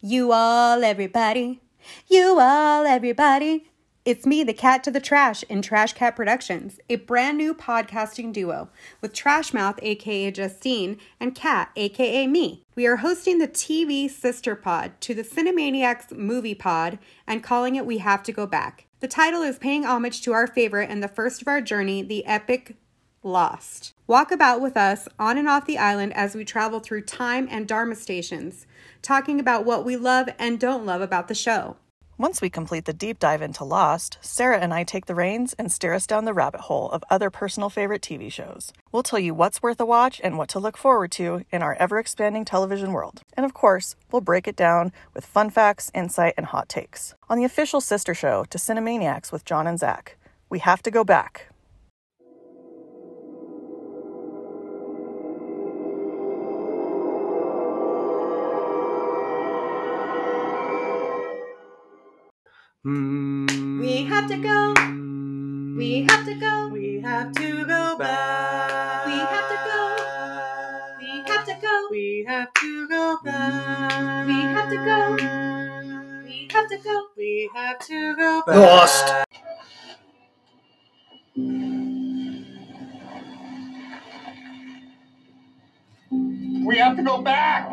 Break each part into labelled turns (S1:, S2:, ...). S1: You all, everybody. You all, everybody. It's me, the cat to the trash, in Trash Cat Productions, a brand new podcasting duo with Trash Mouth, aka Justine, and Cat, aka me. We are hosting the TV sister pod to the Cinemaniacs movie pod and calling it We Have to Go Back. The title is paying homage to our favorite and the first of our journey, the epic Lost. Walk about with us on and off the island as we travel through time and Dharma stations, talking about what we love and don't love about the show.
S2: Once we complete the deep dive into Lost, Sarah and I take the reins and steer us down the rabbit hole of other personal favorite TV shows. We'll tell you what's worth a watch and what to look forward to in our ever expanding television world. And of course, we'll break it down with fun facts, insight, and hot takes. On the official sister show to Cinemaniacs with John and Zach, we have to go back.
S1: We have to go. We have to go.
S2: We have to go back.
S1: We have to
S2: go.
S1: We have to go.
S2: We have to go back.
S1: We have to
S2: go.
S1: We have to go.
S2: We have to go back.
S3: Lost.
S4: We have to go back.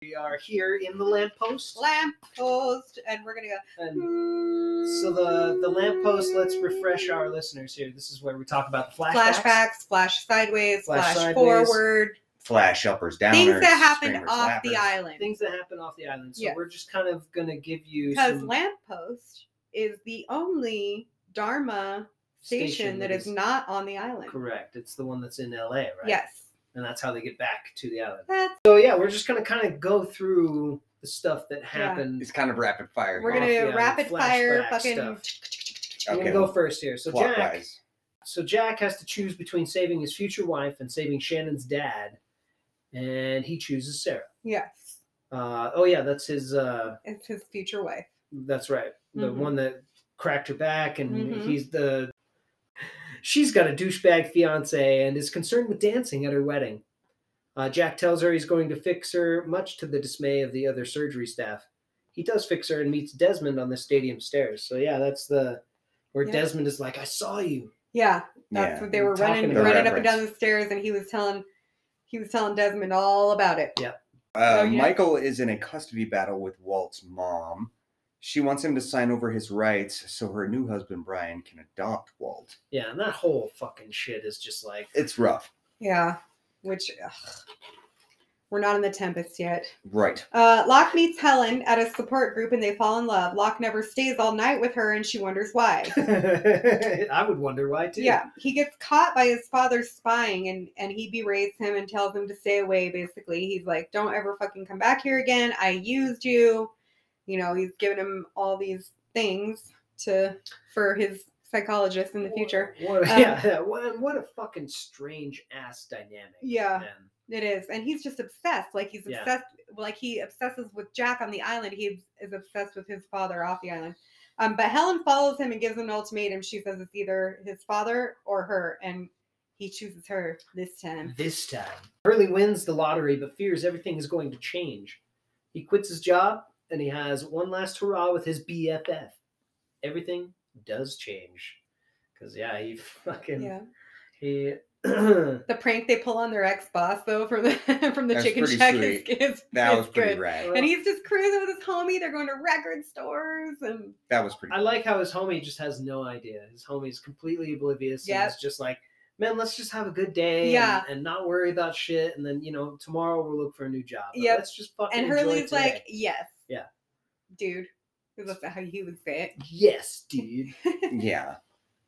S3: We are here in the lamppost.
S1: Lamppost, and we're gonna
S3: And
S1: go.
S3: so the, the lamppost, let's refresh our listeners here. This is where we talk about the flashbacks.
S1: flashbacks, flash sideways,
S3: Flash
S1: flash,
S3: sideways.
S1: forward,
S4: Flash uppers, downers.
S1: things that happened
S4: screamers,
S1: off the
S4: lappers.
S1: island.
S3: Things that happen off the island. So
S1: Yes.
S3: we're just kind of going to give you
S1: Because
S3: some
S1: lamppost is the only Dharma station, that is, not on the island.
S3: correct. It's the one that's in LA, right?
S1: Yes,
S3: And that's how they get back to the island.
S1: that's
S3: So yeah, we're just going to kind of go through the stuff that happened.
S4: It's kind of rapid fire.
S1: we're
S4: here.
S1: gonna
S3: yeah,
S1: rapid fire
S3: flashback
S1: fucking.
S3: I'm
S4: Okay.
S3: going to go first here. So Jack,
S4: Clockwise.
S3: so Jack has to choose between saving his future wife and saving Shannon's dad. And he chooses Sarah.
S1: Yes,
S3: Uh, oh yeah, that's his. Uh,
S1: it's his future wife.
S3: that's right, the
S1: Mhm.
S3: one that cracked her back, and
S1: Mhm.
S3: he's the. She's got a douchebag fiance and is concerned with dancing at her wedding. Uh, Jack tells her he's going to fix her, much to the dismay of the other surgery staff. He does fix her and meets Desmond on the stadium stairs. So yeah, that's the where
S1: Yeah.
S3: Desmond is like, "I saw you."
S1: Yeah, that's
S4: Yeah.
S1: what they were
S3: talking
S1: running
S3: about
S1: running up and
S4: reference.
S1: down the stairs, and he was telling he was telling Desmond all about it.
S4: Uh,
S1: Oh, yeah.
S4: Michael is in a custody battle with Walt's mom. She wants him to sign over his rights so her new husband Brian can adopt Walt.
S3: Yeah, and that whole fucking shit is just like,
S4: It's rough,
S1: Yeah, which ugh. we're not in the Tempest yet.
S4: right?
S1: Uh, Locke meets Helen at a support group and they fall in love. Locke never stays all night with her and she wonders why.
S3: I would wonder why too.
S1: yeah, he gets caught by his father spying and, and he berates him and tells him to stay away, basically. He's like, don't ever fucking come back here again. I used you. You know, he's giving him all these things to for his psychologist in the
S3: What-
S1: future.
S3: What,
S1: Um,
S3: yeah, what, what a fucking strange ass dynamic.
S1: Yeah.
S3: man.
S1: It is. And he's just obsessed. Like he's
S3: Yeah.
S1: obsessed like he obsesses with Jack on the island. He is obsessed with his father off the island. Um, but Helen follows him and gives him an ultimatum. She says it's either his father or her, and he chooses her this time.
S3: This time, Hurley wins the lottery, but fears everything is going to change. He quits his job and he has one last hurrah with his BFF. Everything does change, because yeah, he fucking
S1: Yeah.
S3: he.
S1: The prank they pull on their ex boss though from the from the
S4: That's
S1: chicken
S4: pretty
S1: shack is,
S4: sweet.
S1: is,
S4: That
S1: is
S4: was pretty
S1: good.
S4: rad.
S1: And he's just cruising with his homie. They're going to record stores and
S4: That was pretty.
S3: I like how his homie just has no idea. His homie's completely oblivious. Yeah,
S1: Yep.
S3: it's just like, man, let's just have a good day. and-
S1: Yeah.
S3: And, not worry about shit. And then you know, tomorrow we'll look for a new job. but
S1: Yep.
S3: Let's just fucking.
S1: and
S3: enjoy
S1: Hurley's
S3: today."
S1: like, yes,
S3: Yeah.
S1: dude, 'Cause that's how he would say it.
S3: yes, dude.
S4: yeah.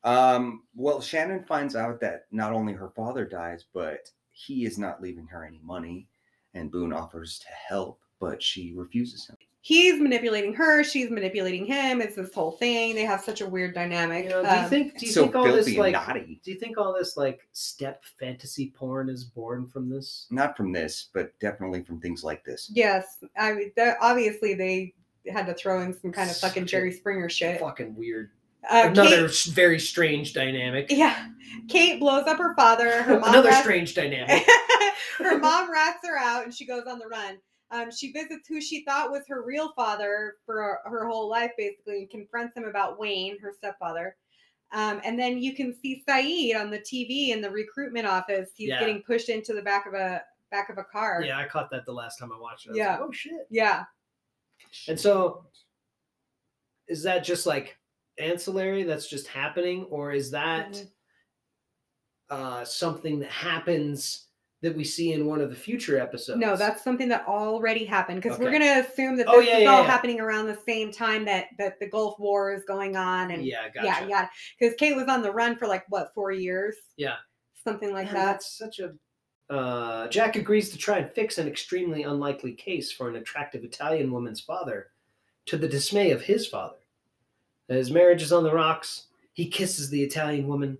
S4: Um, well, Shannon finds out that not only her father dies, but he is not leaving her any money, and Boone offers to help, but she refuses him.
S1: he's manipulating her, she's manipulating him. It's this whole thing. They have such a weird dynamic.
S3: You know, do
S1: Um,
S3: you think? Do you
S4: It's so
S3: think all this
S4: filthy
S3: like?
S4: and naughty.
S3: Do you think all this like step fantasy porn is born from this?
S4: Not from this, but definitely from things like this.
S1: yes, I mean, they're- obviously they had to throw in some kind of fucking Jerry Springer shit.
S3: Fucking weird.
S1: Uh,
S3: Another
S1: Kate,
S3: s- very strange dynamic.
S1: yeah, Kate blows up her father. Her mom
S3: Another
S1: rats-
S3: strange dynamic.
S1: her mom rats her out, and she goes on the run. Um, she visits who she thought was her real father for her whole life, basically, and confronts him about Wayne, her stepfather. Um, and then you can see Saeed on the TV in the recruitment office. He's
S3: Yeah.
S1: getting pushed into the back of a back of a car.
S3: Yeah, I caught that the last time I watched it. I was
S1: Yeah.
S3: like, oh shit.
S1: Yeah.
S3: And so, is that just like ancillary? That's just happening, or is that
S1: Mhm.
S3: uh, something that happens that we see in one of the future episodes?
S1: No, that's something that already happened because we're
S3: Okay.
S1: gonna assume that this
S3: Oh, yeah,
S1: is
S3: yeah,
S1: all
S3: yeah.
S1: happening around the same time that that the Gulf War is going on and
S3: yeah, gotcha.
S1: yeah, yeah. Because Kate was on the run for like what four years?
S3: Yeah.
S1: something like
S3: Man,
S1: that.
S3: That's such a. Uh, Jack agrees to try and fix an extremely unlikely case for an attractive Italian woman's father, to the dismay of his father. His marriage is on the rocks. He kisses the Italian woman,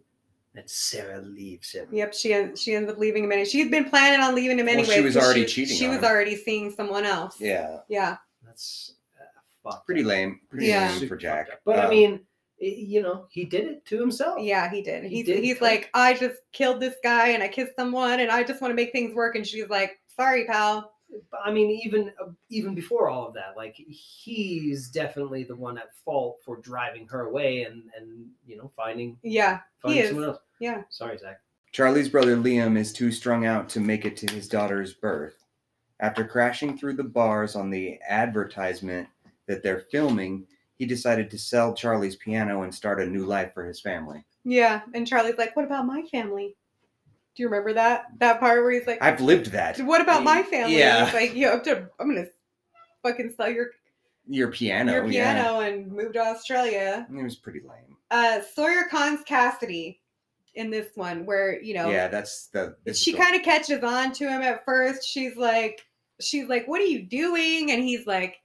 S3: and Sarah leaves him.
S1: Yep, she en- she ends up leaving him, and she had been planning on leaving him
S4: Well,
S1: anyway.
S4: she was already cheating
S1: She
S4: on
S1: was
S4: him.
S1: already seeing someone else.
S4: Yeah,
S1: yeah,
S3: That's uh, fucked
S4: pretty
S3: up.
S4: lame. Pretty
S1: Yeah.
S4: lame
S3: Super
S4: for Jack.
S3: fucked up. But I
S4: Um,
S3: mean, i you know, he did it to himself.
S1: yeah. He did.
S3: He
S1: He's
S3: did.
S1: he's like, I just killed this guy, and I kissed someone, and I just want to make things work. And she's like, Sorry, pal.
S3: But, I mean, even uh, even before all of that, like he's definitely the one at fault for driving her away and and you know finding
S1: Yeah,
S3: finding
S1: is.
S3: someone else.
S1: yeah.
S3: Sorry, Zach.
S4: Charlie's brother Liam is too strung out to make it to his daughter's birth. After crashing through the bars on the advertisement that they're filming, he decided to sell Charlie's piano and start a new life for his family.
S1: Yeah, and Charlie's like, "What about my family?" Do you remember that that part where he's like,
S4: I've lived that.
S1: "What about my family?"
S4: Yeah.
S1: He's like, "Yo, I'm, to, I'm gonna fucking sell your
S4: Your piano.
S1: your
S4: Yeah.
S1: piano and move to Australia."
S4: It was pretty lame.
S1: Uh, Sawyer cons Cassidy in this one, where you know
S4: Yeah, that's the. this is
S1: she
S4: the-
S1: kind of catches on to him at first. She's like, she's like, "What are you doing?" And he's like,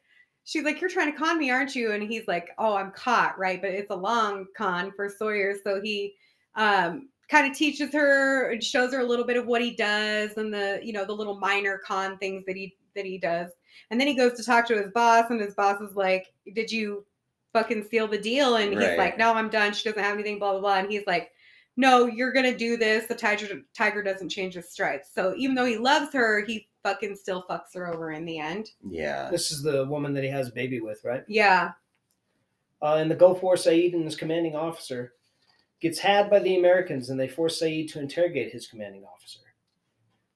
S1: she's like, "You're trying to con me, aren't you?" And he's like, "Oh, I'm caught, right?" But it's a long con for Sawyer, so he um, kind of teaches her and shows her a little bit of what he does and the you know the little minor con things that he that he does. And then he goes to talk to his boss, and his boss is like, "Did you fucking seal the deal?" And he's
S4: Right.
S1: like, "No, I'm done. She doesn't have anything." Blah blah blah. And he's like no, you're gonna do this. The tiger tiger doesn't change his stripes. So even though he loves her, he fucking still fucks her over in the end.
S4: Yeah.
S3: This is the woman that he has a baby with, right?
S1: Yeah.
S3: Uh, in the Gulf War, Saeed and his commanding officer gets had by the Americans, and they force Saeed to interrogate his commanding officer.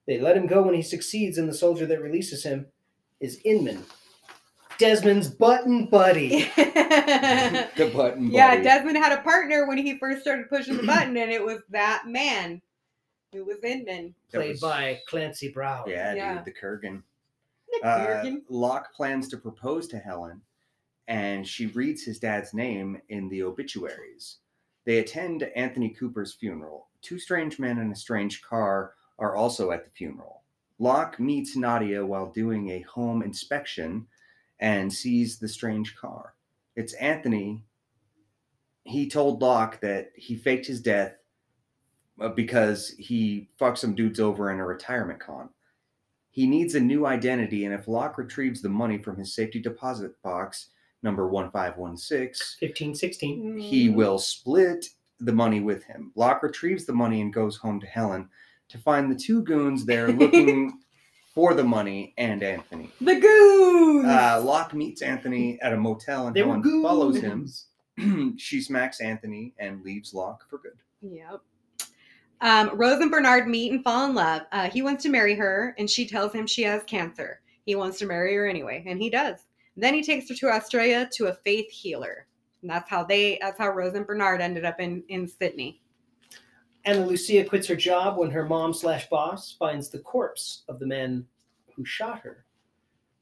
S3: They let him go when he succeeds, and the soldier that releases him is Inman, Desmond's button buddy.
S1: yeah,
S4: the button. buddy.
S1: Desmond had a partner when he first started pushing the button, and it was that man who was Inman.
S4: That
S3: Played
S4: was-
S3: by Clancy Brown.
S4: Yeah,
S1: Yeah.
S4: dude, the Kurgan.
S1: Nick
S4: Uh,
S1: Durgan.
S4: Locke plans to propose to Helen, and she reads his dad's name in the obituaries. They attend Anthony Cooper's funeral. Two strange men in a strange car are also at the funeral. Locke meets Nadia while doing a home inspection and sees the strange car. It's Anthony. He told Locke that he faked his death uh, because he fucked some dudes over in a retirement con. He needs a new identity, and if Locke retrieves the money from his safety deposit box, number 1516,
S3: 15, 16.
S4: he
S1: Mm.
S4: will split the money with him. Locke retrieves the money and goes home to Helen to find the two goons there looking for the money and Anthony.
S1: the goons.
S4: Uh, Locke meets Anthony at a motel and
S3: They were
S4: Helen
S3: goons.
S4: follows him. she smacks Anthony and leaves Locke for good.
S1: Yep. Um, Rose and Bernard meet and fall in love. Uh, he wants to marry her, and she tells him she has cancer. He wants to marry her anyway, and he does. Then he takes her to Australia to a faith healer, and that's how they. That's how Rose and Bernard ended up in in Sydney.
S3: Anna Lucia quits her job when her mom slash boss finds the corpse of the man who shot her.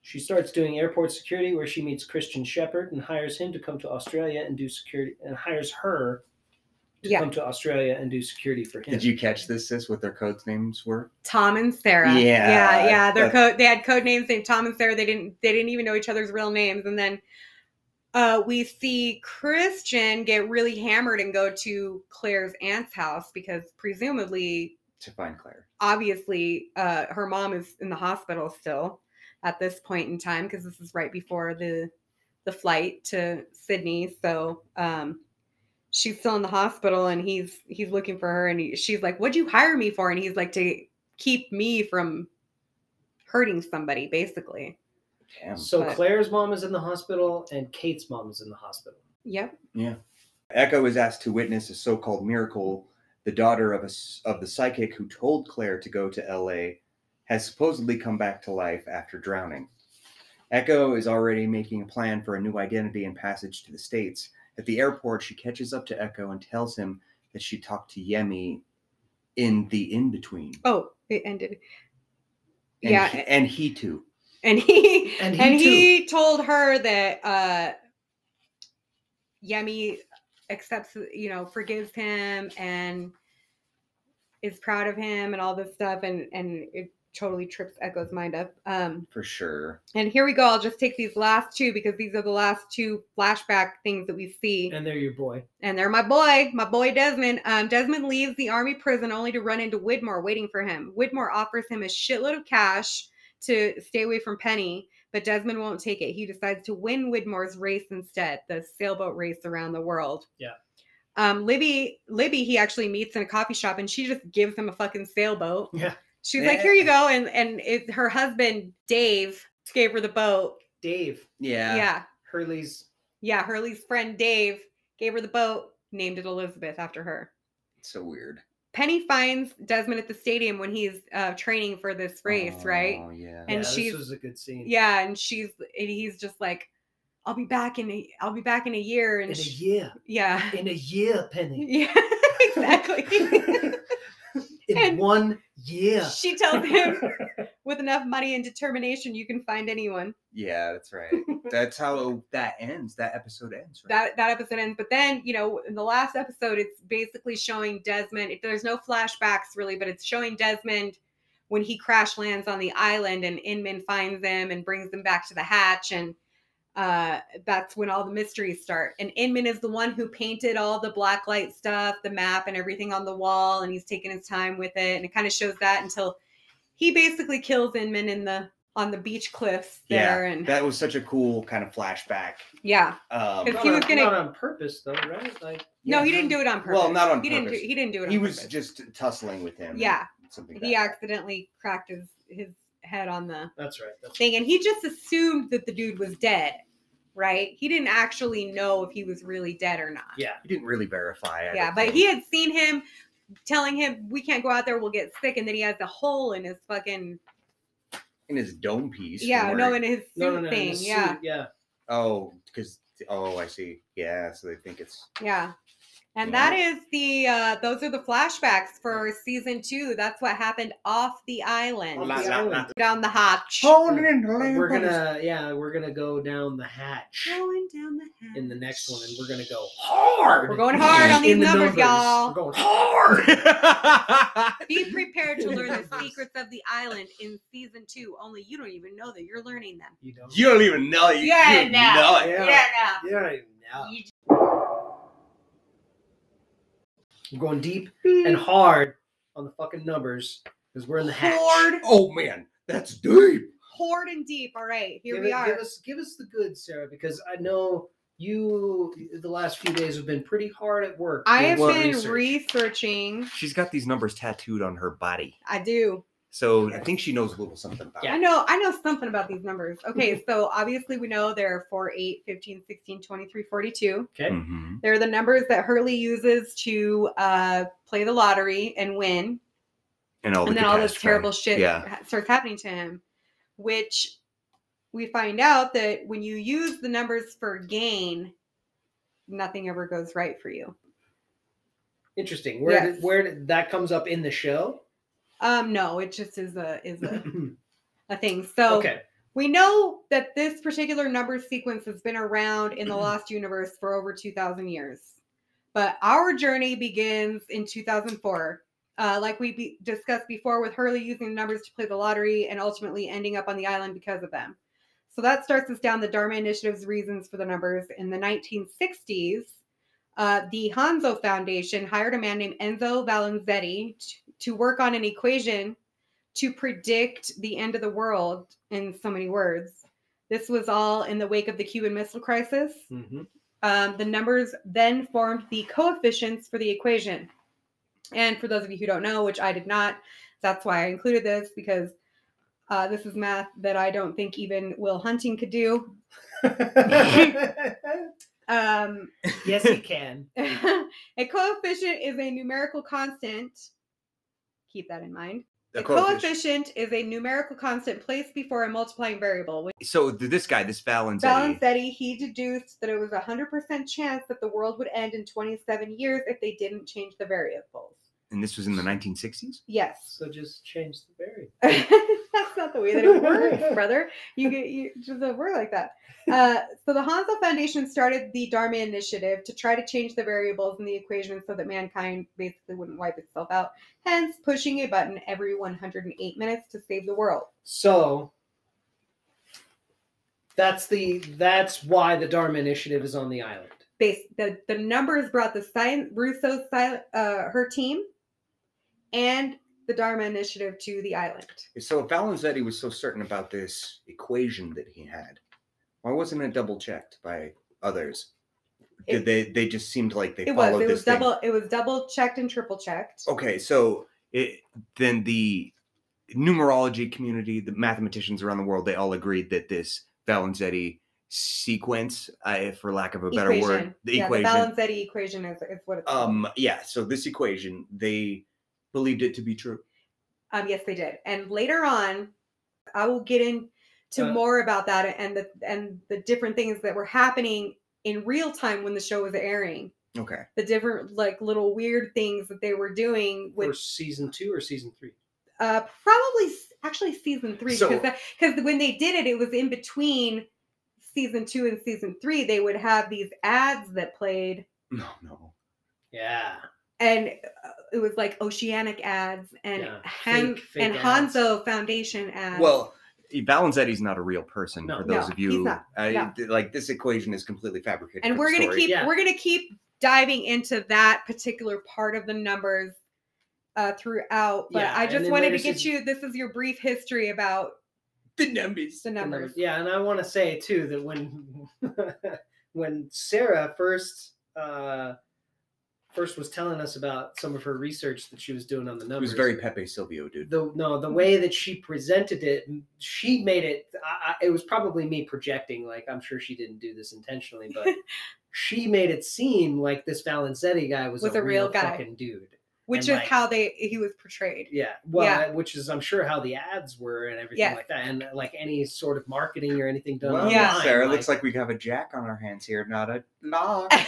S3: She starts doing airport security where she meets Christian Shepherd and hires him to come to Australia and do security and hires her to
S1: Yeah.
S3: come to Australia and do security for him.
S4: Did you catch this, sis, what their code names were?
S1: Tom and Sarah.
S4: Yeah,
S1: yeah, yeah. Their
S4: that's-
S1: code. They had code names named Tom and Sarah. They didn't. They didn't even know each other's real names. And then uh, we see Christian get really hammered and go to Claire's aunt's house because presumably
S4: To find Claire.
S1: obviously uh, her mom is in the hospital still at this point in time because this is right before the the flight to Sydney. So um, she's still in the hospital, and he's he's looking for her, and he, she's like, "What'd you hire me for?" And he's like, "To keep me from hurting somebody, basically."
S4: Damn.
S3: So
S1: But-
S3: Claire's mom is in the hospital and Kate's mom is in the hospital.
S1: Yep.
S4: Echo is asked to witness a so-called miracle. The daughter of a s of the psychic who told Claire to go to L.A. has supposedly come back to life after drowning. Echo is already making a plan for a new identity and passage to the states. At the airport, she catches up to Echo and tells him that she talked to Yemi in the in between.
S1: Oh, it ended.
S4: And
S1: yeah,
S4: he, and he too.
S1: and he
S3: And
S1: and
S3: he
S1: he, told her that uh Yemi accepts you know forgives him and is proud of him and all this stuff and and it totally trips echo's mind up um
S4: For sure.
S1: and here we go i'll just take these last two because these are the last two flashback things that we see
S3: And they're your boy.
S1: and they're my boy, my boy Desmond. Um, Desmond leaves the army prison only to run into Widmore waiting for him. Widmore offers him a shitload of cash to stay away from Penny, but Desmond won't take it. He decides to win Widmore's race instead, the sailboat race around the world.
S3: Yeah.
S1: Um, Libby, Libby, he actually meets in a coffee shop, and she just gives him a fucking sailboat.
S3: Yeah.
S1: She's like, "Here you go," and and it, her husband Dave gave her the boat.
S3: Dave,
S4: Yeah.
S1: yeah.
S3: Hurley's
S1: Yeah, Hurley's friend Dave gave her the boat, named it Elizabeth after her.
S4: So weird.
S1: Penny finds Desmond at the stadium when he's uh, training for this race, right?
S4: Oh, yeah.
S1: And
S3: yeah,
S1: she's-
S3: this was a good scene.
S1: Yeah, and she's and he's just like, "I'll be back in a, I'll be back in a year,"
S3: In
S1: and
S3: a
S1: she-
S3: year.
S1: yeah,
S3: In a year, Penny.
S1: yeah, exactly.
S3: In
S1: And-
S3: one year.
S1: She tells him, "With enough money and determination, you can find anyone."
S4: Yeah, that's right. That's how that ends. That episode ends. Right?
S1: that that episode ends. But then, you know, in the last episode, it's basically showing Desmond. It, there's no flashbacks really, but it's showing Desmond when he crash lands on the island and Inman finds him and brings them back to the hatch and uh that's when all the mysteries start and inman is the one who painted all the black light stuff the map and everything on the wall and he's taking his time with it and it kind of shows that until he basically kills inman in the on the beach cliffs
S4: Yeah,
S1: there and
S4: that was such a cool kind of flashback.
S1: yeah
S4: Um,
S1: If
S3: Not
S1: he
S3: on-
S1: was gonna-
S3: not on purpose though, right? Like
S1: no
S4: yeah.
S1: he didn't do it on purpose
S4: Well, not on
S1: he didn't
S4: purpose.
S1: do, he didn't do it on
S4: He was
S1: purpose.
S4: just tussling with him.
S1: Yeah.
S4: and Something
S1: he
S4: like that.
S1: accidentally cracked his his head on the
S3: that's right. That's
S1: thing and he just assumed that the dude was dead right he didn't actually know if he was really dead or not
S3: Yeah.
S4: He didn't really verify. I
S1: yeah
S4: don't
S1: but
S4: think.
S1: he had seen him telling him we can't go out there we'll get sick and then he has a hole in his fucking
S4: in his dome piece.
S1: yeah
S4: from
S1: no
S4: where-
S1: in his suit
S3: no, no, no, in
S1: thing
S3: the suit,
S1: yeah
S3: yeah.
S4: Oh, because oh, I see. Yeah, so they think it's
S1: yeah and
S4: Yeah.
S1: that is the uh those are the flashbacks for season two that's what happened off the island
S3: Off the island.
S1: down the hatch
S3: We're gonna, yeah, we're gonna go down the hatch
S1: going down the hatch
S3: in the next one, and we're gonna go hard.
S1: We're going hard on these
S3: In the
S1: numbers, y'all.
S3: We're going hard.
S1: Be prepared to learn the
S3: Yes.
S1: secrets of the island in season two. Only you don't even know that you're learning them.
S3: You know.
S4: you don't even know. You,
S1: Yeah,
S4: you
S1: no.
S4: know it.
S1: no.
S3: Yeah. You don't even know.
S1: You just-
S3: We're going deep and hard on the fucking numbers because we're in the hatch.
S1: Hard,
S4: Oh man, that's deep.
S1: hard and deep. All right, here
S3: give
S1: we
S3: it-
S1: are.
S3: Give us, give us the good, Sarah, because I know you. The last few days have been pretty hard at work.
S1: I
S3: doing
S1: have
S3: some
S1: been
S3: research.
S1: researching.
S4: She's got these numbers tattooed on her body,
S1: I do.
S4: so I think she knows a little something about
S1: I
S4: it.
S1: know. I know something about these numbers. Okay, so obviously we know they're 4, 8, 15, 16, 23, 42.
S3: Okay.
S4: Mhm.
S1: They're the numbers that Hurley uses to uh, play the lottery and win.
S4: And all the
S1: and then all this
S4: catastrophe.
S1: terrible shit
S4: Yeah.
S1: ha- starts happening to him which we find out that when you use the numbers for gain nothing ever goes right for you
S3: Interesting. Where
S1: Yes.
S3: did, where did, that comes up in the show?
S1: um no it just is a is a, a thing so
S3: okay.
S1: we know that this particular number sequence has been around in the lost universe for over 2000 years but our journey begins in 2004 uh, like we be- discussed before with hurley using the numbers to play the lottery and ultimately ending up on the island because of them so that starts us down the dharma initiative's reasons for the numbers in the 1960s uh, the hanzo foundation hired a man named enzo valenzetti t- to work on an equation to predict the end of the world in so many words. This was all in the wake of the Cuban Missile Crisis.
S3: hmm
S1: Um, the numbers then formed the coefficients for the equation. And for those of you who don't know, which I did not, that's why I included this because uh, this is math that I don't think even Will Hunting could do. Um,
S3: yes, you can.
S1: a coefficient is a numerical constant. Keep that in mind.
S4: The
S1: A
S4: coefficient.
S1: coefficient is a numerical constant placed before a multiplying variable. With
S4: So th- this guy, this Valenzetti,
S1: Balanzetti, he deduced that it was a 100% chance that the world would end in 27 years if they didn't change the variables.
S4: and this was in the 1960s.
S1: Yes.
S3: So just change the variable.
S1: That's not the way that it works, brother. You get you it doesn't work like that. Uh, so the Hansel Foundation started the Dharma Initiative to try to change the variables in the equation so that mankind basically wouldn't wipe itself out. Hence, pushing a button every 108 minutes to save the world.
S3: So that's the that's why the Dharma Initiative is on the island.
S1: Base the the numbers brought the science Russo uh, her team and the Dharma Initiative to the island.
S4: So if Valenzetti was so certain about this equation that he had, why wasn't it double checked by others? Did
S1: It-
S4: they? They just seemed like they
S1: It was
S4: followed
S1: it
S4: this
S1: was
S4: thing.
S1: double it was double checked and triple checked.
S4: Okay, so it, then the numerology community, the mathematicians around the world, they all agreed that this Valenzetti sequence, uh, for lack of a better word, the
S1: yeah,
S4: equation.
S1: The Balanzetti equation is, is what it's called. Um,
S4: um, yeah. So this equation, they believed it to be true.
S1: Um, yes, they did. And later on, I will get into
S3: Uh,
S1: more about that and the and the different things that were happening in real time when the show was airing.
S4: Okay.
S1: The different like little weird things that they were doing
S3: For
S1: with
S3: season two or season three?
S1: uh probably s- actually season three
S4: So-
S1: because because when they did it, it was in between season two and season three. They would have these ads that played
S4: No, no.
S3: Yeah.
S1: and uh, it was like oceanic ads and
S3: Yeah,
S1: Han-
S3: fake- fake
S1: and
S3: ads.
S1: Hanzo Foundation ads.
S4: Well, Valenzetti's not a real person.
S3: No.
S4: for
S1: Um,
S4: those
S1: No,
S4: of
S1: he's
S4: you,
S1: not.
S4: uh,
S1: No.
S4: th- like this equation is completely fabricated.
S1: and
S4: for
S1: we're
S4: the
S1: gonna
S4: story.
S1: keep
S3: Yeah.
S1: we're gonna keep diving into that particular part of the numbers uh, throughout. But
S3: Yeah,
S1: I
S3: and
S1: just
S3: then
S1: wanted to
S3: later
S1: get
S3: season-
S1: you. This is your brief history about
S4: the numbers.
S1: the
S3: the
S1: numbers.
S3: numbers. Yeah, and I want to say too that when when Sarah first uh, first was telling us about some of her research that she was doing on the
S4: It
S3: numbers,
S4: was very Pepe Silvio, dude.
S3: the no the way that she presented it, she made it. I, I, it was probably me projecting. Like I'm sure she didn't do this intentionally, but she made it seem like this Valenzetti guy was,
S1: Was
S3: a,
S1: a real
S3: real,
S1: guy.
S3: fucking dude.
S1: Which is
S3: and, like-
S1: how they he was portrayed.
S3: Yeah. Well,
S1: Yeah.
S3: which is I'm sure how the ads were and everything
S1: Yes.
S3: like that, and like any sort of marketing or anything done.
S4: Well,
S3: online,
S1: Yeah.
S4: Sarah, looks like we have a jack on our hands here, not a lock.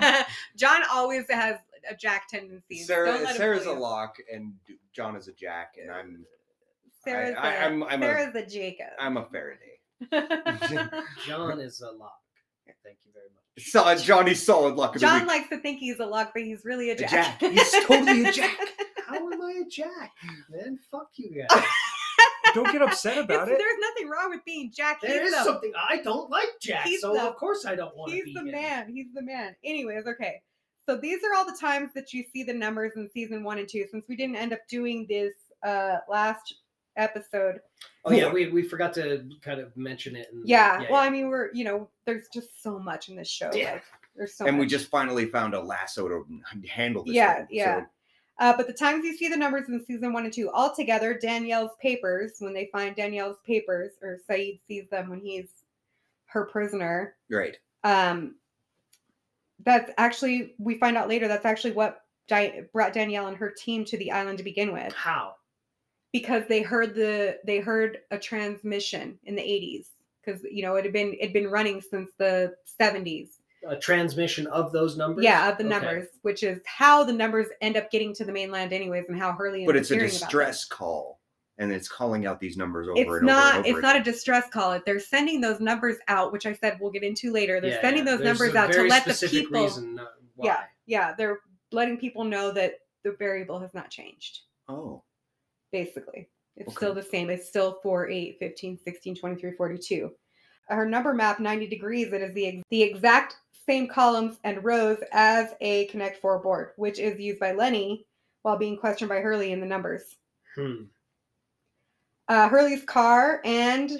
S3: Uh-huh.
S1: John always has a jack tendency.
S4: Sarah, Sarah's a
S1: lot.
S4: lock, and John is a jack, and I'm
S1: Sarah's,
S4: I-
S1: a-
S4: I'm- I'm a-
S1: Sarah's a Jacob.
S4: I'm a Faraday.
S3: John is a lock. Thank you very much.
S4: So, uh, Johnny's solid luck. Of
S1: John
S4: the week.
S1: likes to think he's a luck, but he's really a
S4: A
S1: jack.
S4: jack. He's totally a jack.
S3: How am I a jack? Man, fuck you guys.
S4: Don't get upset
S1: It's- There's nothing wrong with being jack.
S3: There
S1: he's
S3: is
S1: the,
S3: something I don't like, Jack.
S1: He's
S3: so
S1: the-
S3: of course I don't want to
S1: he's
S3: be
S1: the
S3: him.
S1: man. He's the man. Anyways, okay. So these are all the times that you see the numbers in season one and two. Since we didn't end up doing this uh last episode,
S4: Mm-hmm.
S3: Oh yeah, we, we forgot to kind of mention it. In the-
S1: yeah. well, I mean, we're you know, there's just so much in this show.
S3: Yeah.
S1: Like, there's so
S4: and we
S1: much.
S4: just finally found a lasso to handle this.
S1: Yeah,
S4: thing,
S1: yeah. Uh, but the times you see the numbers in season one and two all together, Danielle's papers, when they find Danielle's papers, or Saeed sees them when he's her prisoner,
S4: So, right.
S1: um, that's actually, we find out later, that's actually what Di- brought Danielle and her team to the island to begin with
S3: how?
S1: because they heard the they heard a transmission in the 80s because you know it had been it'd been running since the 70s
S3: A transmission of those numbers?
S1: yeah of the
S3: Okay.
S1: numbers which is how the numbers end up getting to the mainland anyways and how hurley
S4: But
S1: ends
S4: it's
S1: up
S4: a
S1: hearing about them.
S4: distress call, and it's calling out these numbers over
S1: it's
S4: and
S1: not
S4: over. And over
S1: it's
S4: again.
S1: not a distress call it they're sending those numbers out which i said we'll get into later they're
S3: Yeah,
S1: sending
S3: yeah.
S1: those
S3: There's
S1: numbers
S3: a
S1: out to
S3: very
S1: let the
S3: specific
S1: people
S3: reason uh, why.
S1: Yeah. yeah they're letting people know that the variable has not changed
S4: Oh,
S1: basically it's
S4: Okay.
S1: still the same it's still 4 8 15 16 23 42 her number map 90 degrees it is the, ex- the exact same columns and rows as a connect 4 board which is used by lenny while being questioned by hurley in the numbers
S3: Hmm.
S1: uh, Hurley's car and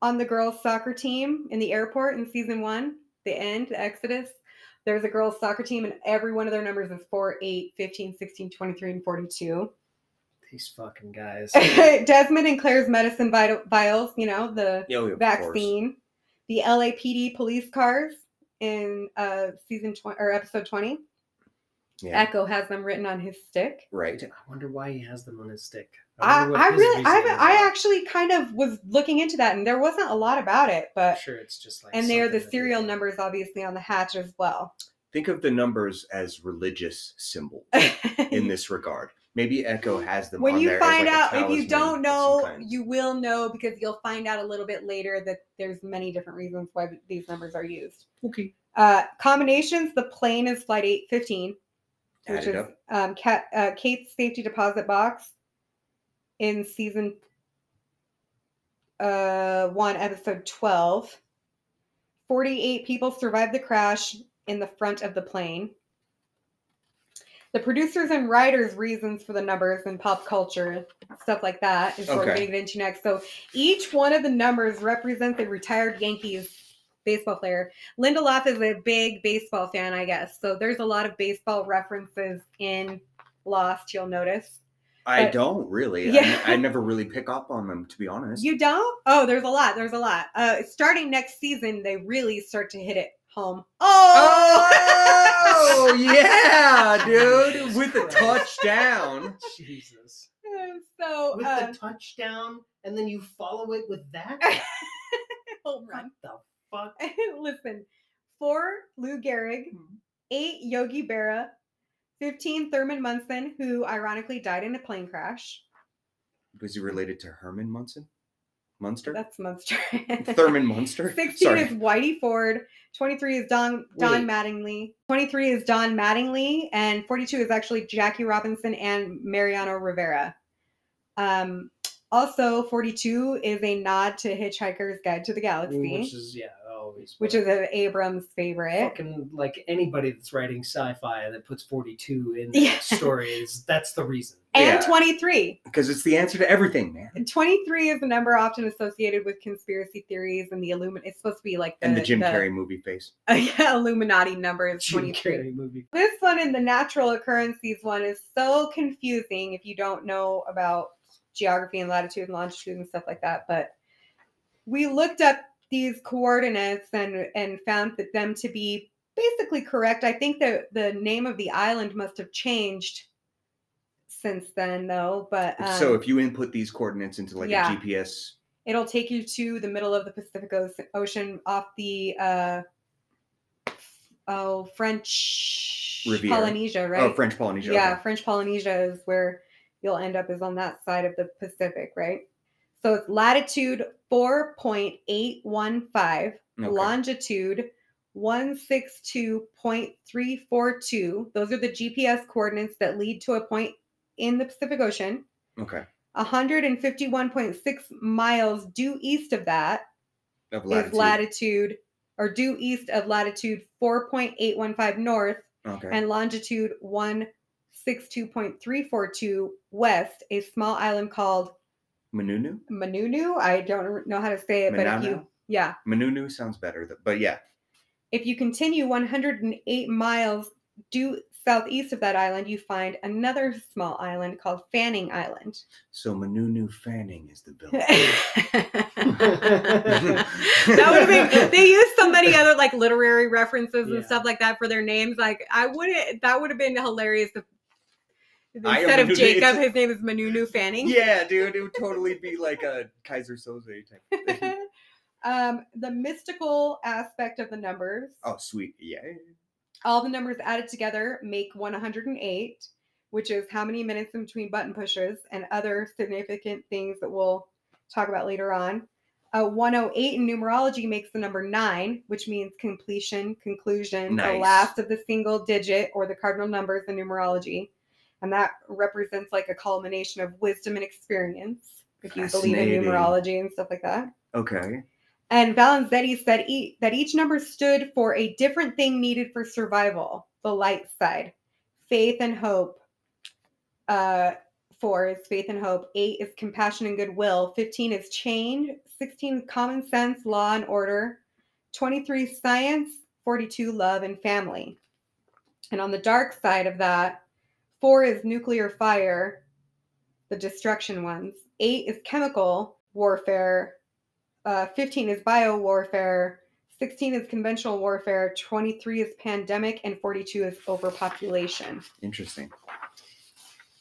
S1: on the girls' soccer team in the airport in season one, the end, the Exodus. There's a girls' soccer team, and every one of their numbers is 4, 8, 15, 16, 23, and 42.
S3: These fucking guys.
S1: Desmond and Claire's medicine vi- vials, you know, the
S4: Yeah, we- of course.
S1: vaccine. The LAPD police cars in uh, season 20 or episode 20.
S4: Yeah.
S1: Echo has them written on his stick.
S4: Right.
S3: I wonder why he has them on his stick.
S1: I,
S3: wonder
S1: I
S3: what his
S1: really, I,
S3: reasoning
S1: haven't- I
S3: is.
S1: actually kind of was looking into that, and there wasn't a lot about it,
S3: I'm
S1: but
S3: sure it's just like.
S1: and they are the
S3: something that they
S1: serial
S3: do.
S1: numbers, obviously, on the hatch as well.
S4: Think of the numbers as religious symbols in
S1: when
S4: this regard. Maybe Echo has them. on
S1: you
S4: there as,
S1: find
S4: like, a
S1: out, if you
S4: talisman
S1: don't
S4: of some
S1: know,
S4: kind.
S1: you will know because you'll find out a little bit later that there's many different reasons why these numbers are used.
S3: Okay.
S1: Uh, combinations: the plane is flight eight fifteen, which
S4: Add it
S1: is
S4: up.
S1: um, Kat, uh, Kate's safety deposit box in season uh, one, episode twelve. Forty-eight people survived the crash in the front of the plane. The producers and writers' reasons for the numbers and pop culture stuff like that is what we're
S4: Okay.
S1: going to get into next. So each one of the numbers represents a retired Yankees baseball player Lindelof is a big baseball fan, I guess. So there's a lot of baseball references in Lost, you'll notice.
S4: I
S1: but-
S4: don't really. I
S1: Yeah.
S4: ne- I, never really pick up on them, to be honest.
S1: You don't? Oh, there's a lot. There's a lot. Uh, starting next season, they really start to hit it home. Oh!
S4: Oh yeah, dude! With a
S3: Christ.
S4: touchdown.
S3: Jesus.
S1: so,
S3: With
S1: uh,
S3: the touchdown, and then you follow it with that.
S1: home run.
S3: What the fuck?
S1: Listen, four Lou Gehrig,
S3: Mhm.
S1: eight Yogi Berra, 15 Thurman Munson, who ironically died in a plane crash.
S4: Was he related to Herman Munson? Munster?
S1: That's Munster.
S4: Thurman Munster?
S1: 16
S4: Sorry.
S1: is Whitey Ford. 23 is Don Don
S3: Wait.
S1: Mattingly. 23 is Don Mattingly, and 42 is actually Jackie Robinson and Mariano Rivera. Um, also, 42 is a nod to Hitchhiker's Guide to the Galaxy,
S3: Which is yeah, always.
S1: which is an Abrams favorite.
S3: fucking like anybody that's writing sci-fi that puts 42 in their
S1: Yeah.
S3: stories. That's the reason.
S4: Yeah.
S1: And 23.
S4: Because it's the answer to everything, man.
S1: 23 is a number often associated with conspiracy theories and the Illuminati. It's supposed to be like the,
S4: And the Jim Carrey movie face.
S1: yeah, Illuminati number is
S3: Jim
S1: 23.
S3: Carrey movie.
S1: This one and the natural occurrences one is so confusing if you don't know about geography and latitude and longitude and stuff like that. But we looked up these coordinates and and found that them to be basically correct. I think that the name of the island must have changed since then, though. But um,
S4: so if you input these coordinates into like
S1: yeah.
S4: a GPS,
S1: it'll take you to the middle of the Pacific Oce- Ocean off the uh, oh French
S4: Riviera.
S1: Polynesia, right?
S4: oh French Polynesia,
S1: Yeah,
S4: okay.
S1: French Polynesia is where you'll end up is on that side of the Pacific, right? So it's latitude 4.815,
S4: Okay.
S1: longitude 162.342. Those are the GPS coordinates that lead to a point in the Pacific Ocean.
S4: okay,
S1: 151.6 miles due east of that
S4: of
S1: is
S4: latitude.
S1: latitude or due east of latitude 4.815 north
S4: okay,
S1: and longitude 162.342 west, a small island called
S4: Manunu,
S1: Manunu. I don't know how to say it, but if you
S4: Manana?
S1: yeah,
S4: Manunu sounds better, th- but yeah,
S1: if you continue 108 miles due southeast of that island, you find another small island called Fanning Island.
S4: so Manunu Fanning is the villain.
S1: that would have been they used so many other like literary references and
S3: Yeah.
S1: stuff like that for their names. Like I wouldn't that would have been hilarious if
S4: I am
S1: instead of
S4: Manunu.
S1: Jacob, his name is Manunu Fanning.
S4: yeah, dude, it would totally be like a Kaiser Soze type thing.
S1: um, the mystical aspect of the numbers.
S4: Oh sweet, yeah,
S1: All the numbers added together make 108, which is how many minutes in between button pushes and other significant things that we'll talk about later on. Uh, 108 in numerology makes the number nine, which means completion, conclusion, the
S4: Nice.
S1: last of the single digit or the cardinal numbers in numerology. And that represents like a culmination of wisdom and experience, if you believe in
S4: Fascinating.
S1: numerology and stuff like that.
S4: okay,
S1: And Valenzetti said e- that each number stood for a different thing needed for survival the light side, faith and hope, uh, Four is faith and hope. Eight is compassion and goodwill. Fifteen is change. Sixteen is common sense, law and order. Twenty-three science. Forty-two love and family. And on the dark side of that, four is nuclear fire, the destruction ones. Eight is chemical warfare. Uh, Fifteen is bio warfare. 16 is conventional warfare, 23 is pandemic, and 42 is overpopulation.
S4: Interesting.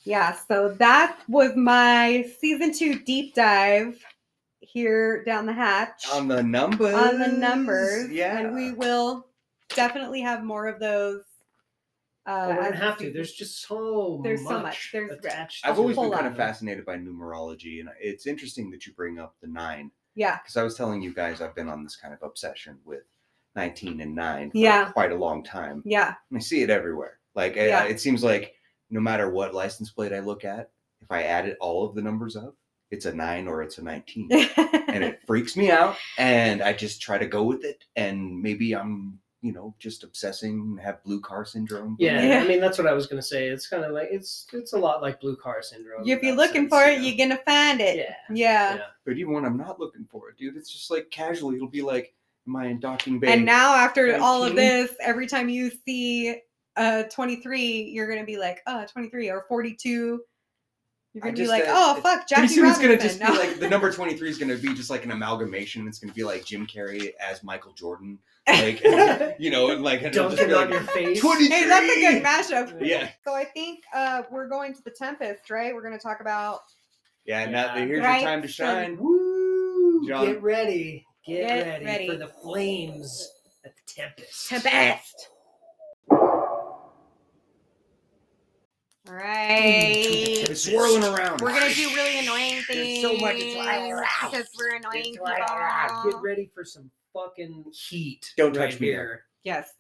S1: Yeah, so that was my season two deep dive here down the hatch
S3: Um,
S4: On the numbers.
S1: on the numbers.
S4: Yeah.
S1: And we will definitely have more of those. Uh,
S3: But we're
S1: as
S3: gonna have
S1: the
S3: to.
S1: season-
S3: There's just so
S1: There's so
S3: much.
S1: much. There's-
S3: attached.
S4: I've
S3: to
S4: always
S3: it.
S1: whole
S4: been kind
S1: lot.
S4: of fascinated by numerology, and it's interesting that you bring up the nine
S1: yeah,
S4: because I was telling you guys I've been on this kind of obsession with 19 and nine for
S1: Yeah.
S4: quite a long time.
S1: yeah,
S4: And I see it everywhere. Like I-
S1: Yeah.
S4: it seems like no matter what license plate I look at, if I added all of the numbers up, it's a nine or it's a 19. and it freaks me out and I just try to go with it and maybe I'm, you know, just obsessing, have blue car syndrome. but-
S3: Yeah,
S1: Yeah.
S3: I mean that's what I was gonna say. It's kind of like it's it's a lot like blue car syndrome. in
S1: if you're
S3: that
S1: looking
S3: sense,
S1: for it,
S3: know?
S1: you're gonna find it.
S3: Yeah.
S1: Yeah.
S3: Yeah.
S4: But even when I'm not looking for it, dude, it's just like casually it'll be like, Am I in docking bay?
S1: And now, after all of
S4: 19.
S1: this, every time you see uh 23, you're gonna be like, oh, 23 or 42. You're
S4: I
S1: gonna be
S4: just,
S1: like,
S4: uh,
S1: oh, fuck, Jackie
S4: Pretty soon it's
S1: Robinson.
S4: gonna just be
S1: No.
S4: like the number twenty three is gonna be just like an amalgamation. It's gonna be like Jim Carrey as Michael Jordan, like you know, and like and it'll just
S3: Dunking
S4: be
S3: on
S4: like
S3: your face.
S4: twenty three.
S1: Hey, that's a good mashup.
S4: Yeah,
S1: So I think uh, we're going to the Tempest, right? We're going to talk about
S4: yeah. Now
S3: Yeah.
S4: here's
S1: Right,
S4: your time to
S1: so-
S4: shine.
S3: Woo!
S4: John.
S3: Get ready. Get,
S1: Get
S3: ready,
S1: ready.
S3: for the flames at the tempest.
S1: Tempest. All right.
S4: It's swirling around.
S1: We're going to do really annoying things.
S3: There's so much it's like-
S1: because we're annoying
S3: It's like,
S4: uh,
S3: ah, Get
S1: people.
S3: ready for some fucking heat.
S4: Don't touch
S3: right
S4: me.
S3: here.
S1: Yes.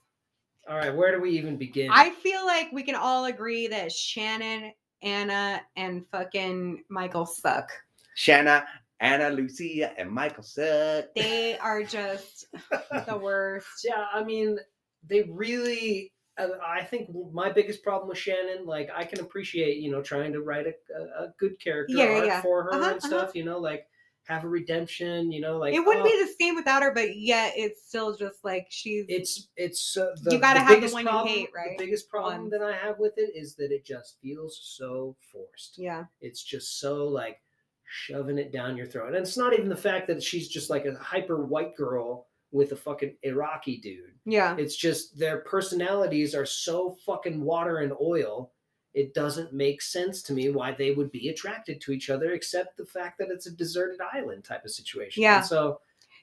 S3: All right, where do we even begin?
S1: I feel like we can all agree that Shannon, Anna, and fucking Michael suck.
S4: Shanna, Anna, Lucia, and Michael suck.
S1: They are just the worst.
S3: Yeah, I mean, they really. uh, I think my biggest problem with Shannon, like, I can appreciate, you know, trying to write a, a, a good character
S1: Yeah, yeah,
S3: arc
S1: yeah.
S3: for her
S1: Uh-huh,
S3: and stuff, you know, like have a redemption, you know, like
S1: It wouldn't
S3: oh,
S1: be the same without her, but yet it's still just like she's.
S3: It's it's uh, the,
S1: You gotta
S3: the
S1: have the
S3: biggest
S1: one you
S3: problem,
S1: hate, right?
S3: The biggest problem
S1: One.
S3: that I have with it is that it just feels so forced.
S1: yeah.
S3: It's just so like shoving it down your throat, and it's not even the fact that she's just like a hyper white girl with a fucking Iraqi dude.
S1: Yeah.
S3: It's just their personalities are so fucking water and oil. It doesn't make sense to me why they would be attracted to each other, except the fact that it's a deserted island type of situation.
S1: Yeah.
S3: And so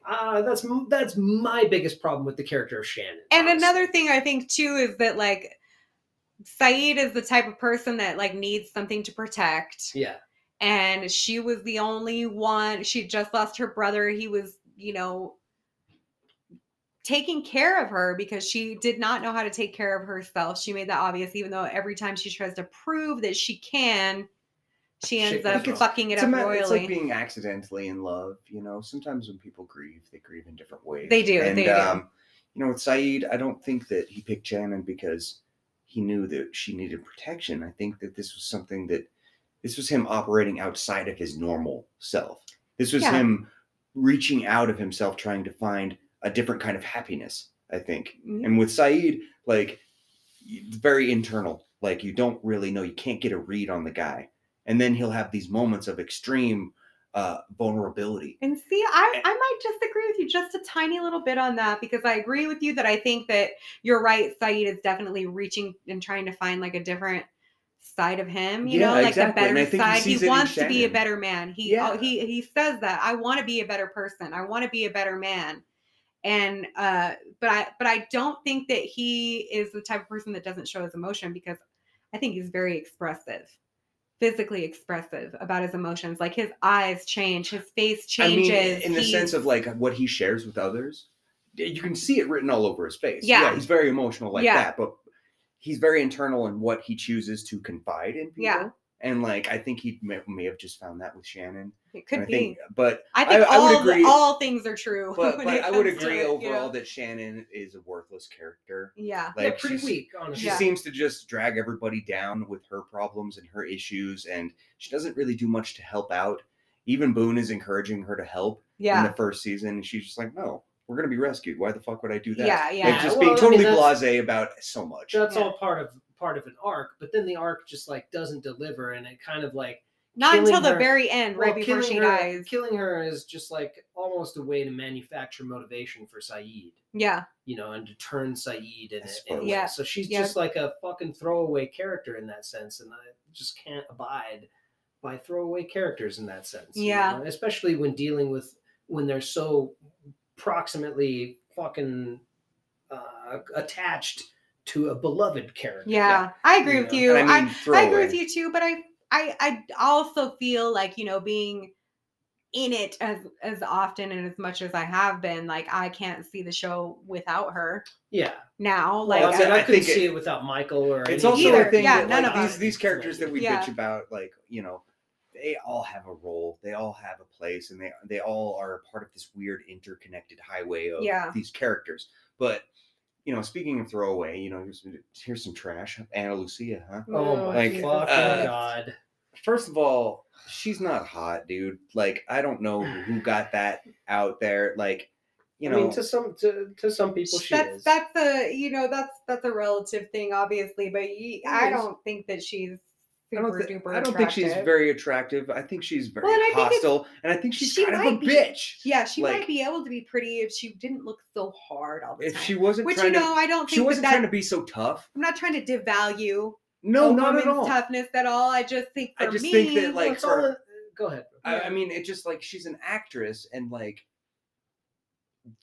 S3: uh, that's m- that's my biggest problem with the character of Shannon.
S1: And
S3: honestly.
S1: another thing I think too is that like Saeed is the type of person that like needs something to protect.
S3: yeah,
S1: And she was the only one. She just lost her brother. He was, you know, taking care of her because she did not know how to take care of herself. She made that obvious, even though every time she tries to prove that she can, she
S3: Shit
S1: ends
S3: goes
S1: up
S4: wrong.
S1: fucking it
S4: It's, a
S1: up
S4: ma- it's
S1: royally.
S4: like being accidentally in love. You know, sometimes when people grieve, they grieve in different ways.
S1: They do,
S4: And,
S1: they do.
S4: Um, you know, with Saeed, I don't think that he picked Shannon because he knew that she needed protection. I think that this was something that this was him operating outside of his normal self. This was
S1: Yeah.
S4: him reaching out of himself, trying to find a different kind of happiness. I think.
S1: Mhm.
S4: And with Saeed, like it's very internal. Like you don't really know, you can't get a read on the guy. And then he'll have these moments of extreme uh vulnerability.
S1: And see,
S4: Eh.
S1: I, I might just agree with you just a tiny little bit on that because I agree with you that I think that you're right. Saeed is definitely reaching and trying to find like a different side of him, you
S4: Yeah,
S1: know, like
S4: exactly.
S1: the
S4: And I
S1: better
S4: think he
S1: side. He,
S4: sees it in
S1: wants to be a
S4: Shannon.
S1: better man. He
S4: Yeah.
S1: oh, he he says that I want to be a better person. I want to be a better man. And uh but I but I don't think that he is the type of person that doesn't show his emotion because I think he's very expressive. Physically expressive about his emotions, like his eyes change, his face changes.
S4: I mean, in the
S1: he's-
S4: sense of like what he shares with others, you can see it written all over his face.
S1: Yeah.
S4: he's very emotional like
S1: Yeah.
S4: that, but he's very internal in what he chooses to confide in people.
S1: Yeah.
S4: And like, I think he may, may have just found that with Shannon.
S1: It could
S4: And I
S1: be.
S4: Think, but
S1: I think
S4: I- I would
S1: all the-
S4: agree.
S1: all things are true.
S4: but,
S1: when
S4: but
S1: it
S4: I would
S1: comes to
S4: agree
S1: it, you
S4: overall
S1: know?
S4: that Shannon is a worthless character.
S1: Yeah.
S4: Like
S3: yeah, pretty
S4: she's-
S3: weak, honestly.
S4: She
S1: Yeah.
S4: seems to just drag everybody down with her problems and her issues, and she doesn't really do much to help out. Even Boone is encouraging her to help in
S1: Yeah.
S4: the first season, and she's just like, "No, we're gonna be rescued. Why the fuck would I do that?"
S1: Yeah.
S4: Like,
S1: Yeah.
S4: just
S3: Well, I
S4: being
S3: mean,
S4: totally
S3: that's-
S4: blasé about so much.
S3: That's
S1: Yeah.
S3: all part of part of an arc, but then the arc just like doesn't deliver, and it kind of like
S1: Not
S3: killing
S1: until the
S3: her-
S1: very end, right
S3: well,
S1: before she
S3: her,
S1: dies.
S3: Killing her is just like almost a way to manufacture motivation for Saeed,
S1: Yeah.
S3: you know, and to turn Saeed in
S4: I
S3: it.
S4: suppose.
S3: anyway.
S1: Yeah.
S3: So she's
S1: Yeah.
S3: just like a fucking throwaway character in that sense, and I just can't abide by throwaway characters in that sense. you
S1: Yeah.
S3: know, Especially when dealing with when they're so proximately fucking uh, attached to a beloved character.
S1: Yeah. I agree
S3: You
S1: with
S3: know,
S1: you.
S4: And
S1: I,
S4: I
S1: I
S4: mean,
S1: agree with
S4: throwaway.
S1: you too, but I I I also feel like you know being in it as as often and as much as I have been, like I can't see the show without her
S3: Yeah.
S1: now. Like
S4: Well,
S3: Like I,
S4: I
S3: mean, I,
S4: I
S3: couldn't
S4: think
S3: see
S4: it-
S3: it without Michael or
S4: It's
S3: anything.
S4: also
S1: Either.
S4: a thing
S1: Yeah,
S4: that
S1: none
S4: like,
S1: of
S4: these
S1: us.
S4: these characters that we
S1: Yeah.
S4: bitch about, like you know, they all have a role, they all have a place, and they they all are part of this weird interconnected highway of
S1: Yeah.
S4: these characters. But you know, speaking of throwaway, you know, here's here's some trash, Anna Lucia, huh?
S3: Oh my
S4: Like,
S1: Jesus.
S3: fucking
S4: uh,
S3: god!
S4: First of all, she's not hot, dude. Like I don't know who got that out there. Like you know,
S3: I mean, to some to, to some people, she
S1: that's
S3: is.
S1: that's a you know that's that's a relative thing, obviously, but ye, I
S3: is.
S1: don't think that she's
S4: I
S1: super
S4: don't, thi-
S1: duper.
S4: I don't think she's
S1: attractive.
S4: very attractive. I think she's very
S1: Well, and I think it's-
S4: hostile, and I think she's
S1: she
S4: kind of a
S1: might be.
S4: bitch.
S1: Yeah, she might
S4: like-
S1: be able to be pretty if she didn't look so hard all the
S4: If
S1: time.
S4: she wasn't
S1: Which you
S4: trying
S1: know, I don't
S4: to, she
S1: think that,
S4: wasn't
S1: that
S4: trying to be so tough.
S1: I'm not trying to devalue
S4: No,
S1: a
S4: not at
S1: woman's
S4: all.
S1: toughness at all. I just think
S4: I
S1: for
S4: just
S1: me,
S4: think that, like,
S3: It's all
S4: her-
S3: in- go ahead.
S4: I, I mean, it just like she's an actress, and like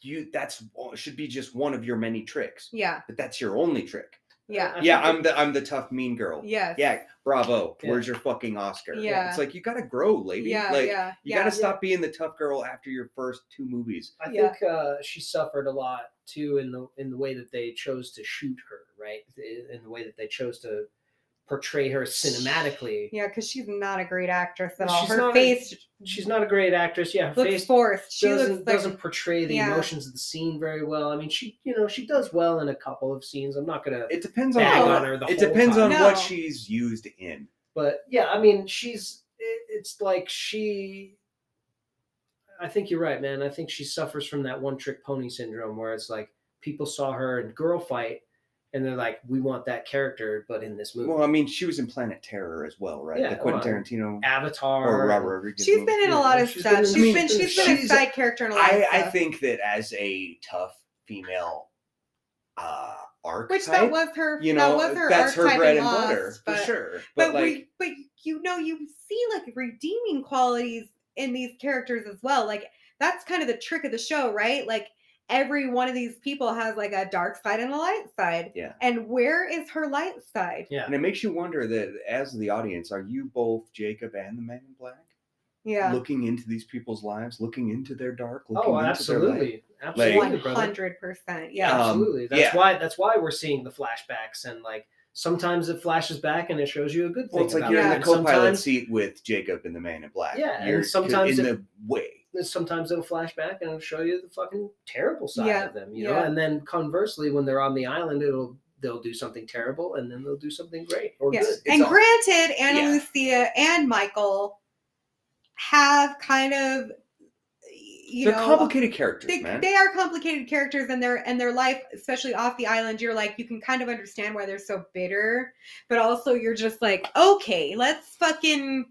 S4: you, that's should be just one of your many tricks,
S1: yeah,
S4: but that's your only trick.
S1: yeah,
S3: I
S4: yeah,
S3: think
S4: I'm the I'm the tough mean girl.
S1: yes,
S4: Yeah, bravo.
S3: Yeah.
S4: Where's your fucking Oscar?
S1: Yeah.
S4: It's like you gotta grow, lady.
S1: yeah,
S4: like
S1: yeah,
S4: you
S1: yeah.
S4: gotta stop being the tough girl after your first two movies.
S3: I
S1: Yeah.
S3: think uh, she suffered a lot too in the in the way that they chose to shoot her, right? In in the way that they chose to portray her cinematically.
S1: yeah, because she's not a great actress at all.
S3: She's
S1: Her
S3: not a-
S1: face
S3: She's not a great actress. Yeah, her
S1: looks
S3: face
S1: forced. She
S3: doesn't
S1: looks like
S3: doesn't portray the
S1: Yeah.
S3: emotions of the scene very well. I mean, she you know she does well in a couple of scenes. I'm not gonna,
S4: It depends on
S3: bag
S1: No.
S4: what-
S3: on her the
S4: it
S3: whole
S4: depends
S3: time.
S4: on what
S1: No.
S4: she's used in.
S3: but yeah, I mean, she's it, it's like she. I think you're right, man. I think she suffers from that one trick pony syndrome where it's like people saw her in Girl Fight and they're like, we want that character, but in this movie,
S4: Well, I mean, she was in Planet Terror as well, right?
S3: Yeah,
S4: the Quentin
S3: well,
S4: Tarantino
S3: Avatar.
S4: or Robert Rodriguez.
S1: she's
S4: movie.
S1: been in a
S3: Yeah,
S1: lot of
S3: she's
S1: stuff.
S3: been in-
S1: She's
S4: I mean,
S1: been she's been a
S4: she's-
S1: side character in a lot of
S4: I, I
S1: stuff.
S4: think that as a tough female uh archetype,
S1: which that was her,
S4: you
S1: that
S4: know,
S1: was her
S4: that's her
S1: archetype in
S4: bread and
S1: Lost,
S4: butter
S1: but,
S4: for sure.
S1: But
S4: But, like,
S1: we, but you know, you see like redeeming qualities in these characters as well. Like that's kind of the trick of the show, right? Like every one of these people has like a dark side and a light side.
S4: Yeah.
S1: And where is her light side?
S3: Yeah.
S4: and it makes you wonder that as the audience, are you both Jacob and the Man in Black
S1: Yeah.
S4: looking into these people's lives, looking into their dark, looking
S3: Oh,
S4: into their light?
S3: absolutely,
S4: Like-
S3: absolutely,
S1: One
S3: brother.
S1: hundred percent.
S3: Yeah,
S1: Yeah.
S4: Um,
S3: absolutely. That's
S4: yeah.
S3: why that's why we're seeing the flashbacks and like sometimes it flashes back and it shows you a good thing.
S4: Well, it's like
S3: about
S4: you're
S3: it.
S4: in the
S3: and
S4: co-pilot
S3: sometimes-
S4: seat with Jacob and the Man in Black.
S3: Yeah, and
S4: you're
S3: sometimes
S4: in
S3: it-
S4: the way.
S3: sometimes it'll flash back and it'll show you the fucking terrible side
S1: Yeah,
S3: of them, you know.
S1: yeah.
S3: And then conversely, when they're on the island, it'll they'll do something terrible and then they'll do something great or
S1: Yeah.
S3: good.
S4: it's
S1: and
S4: all-
S1: granted, Anna
S4: Yeah.
S1: Lucia and Michael have kind of you
S4: They're
S1: know a-
S4: complicated characters,
S1: they,
S4: man.
S1: they are complicated characters and their and their life especially off the island you're like you can kind of understand why they're so bitter but also you're just like okay let's fucking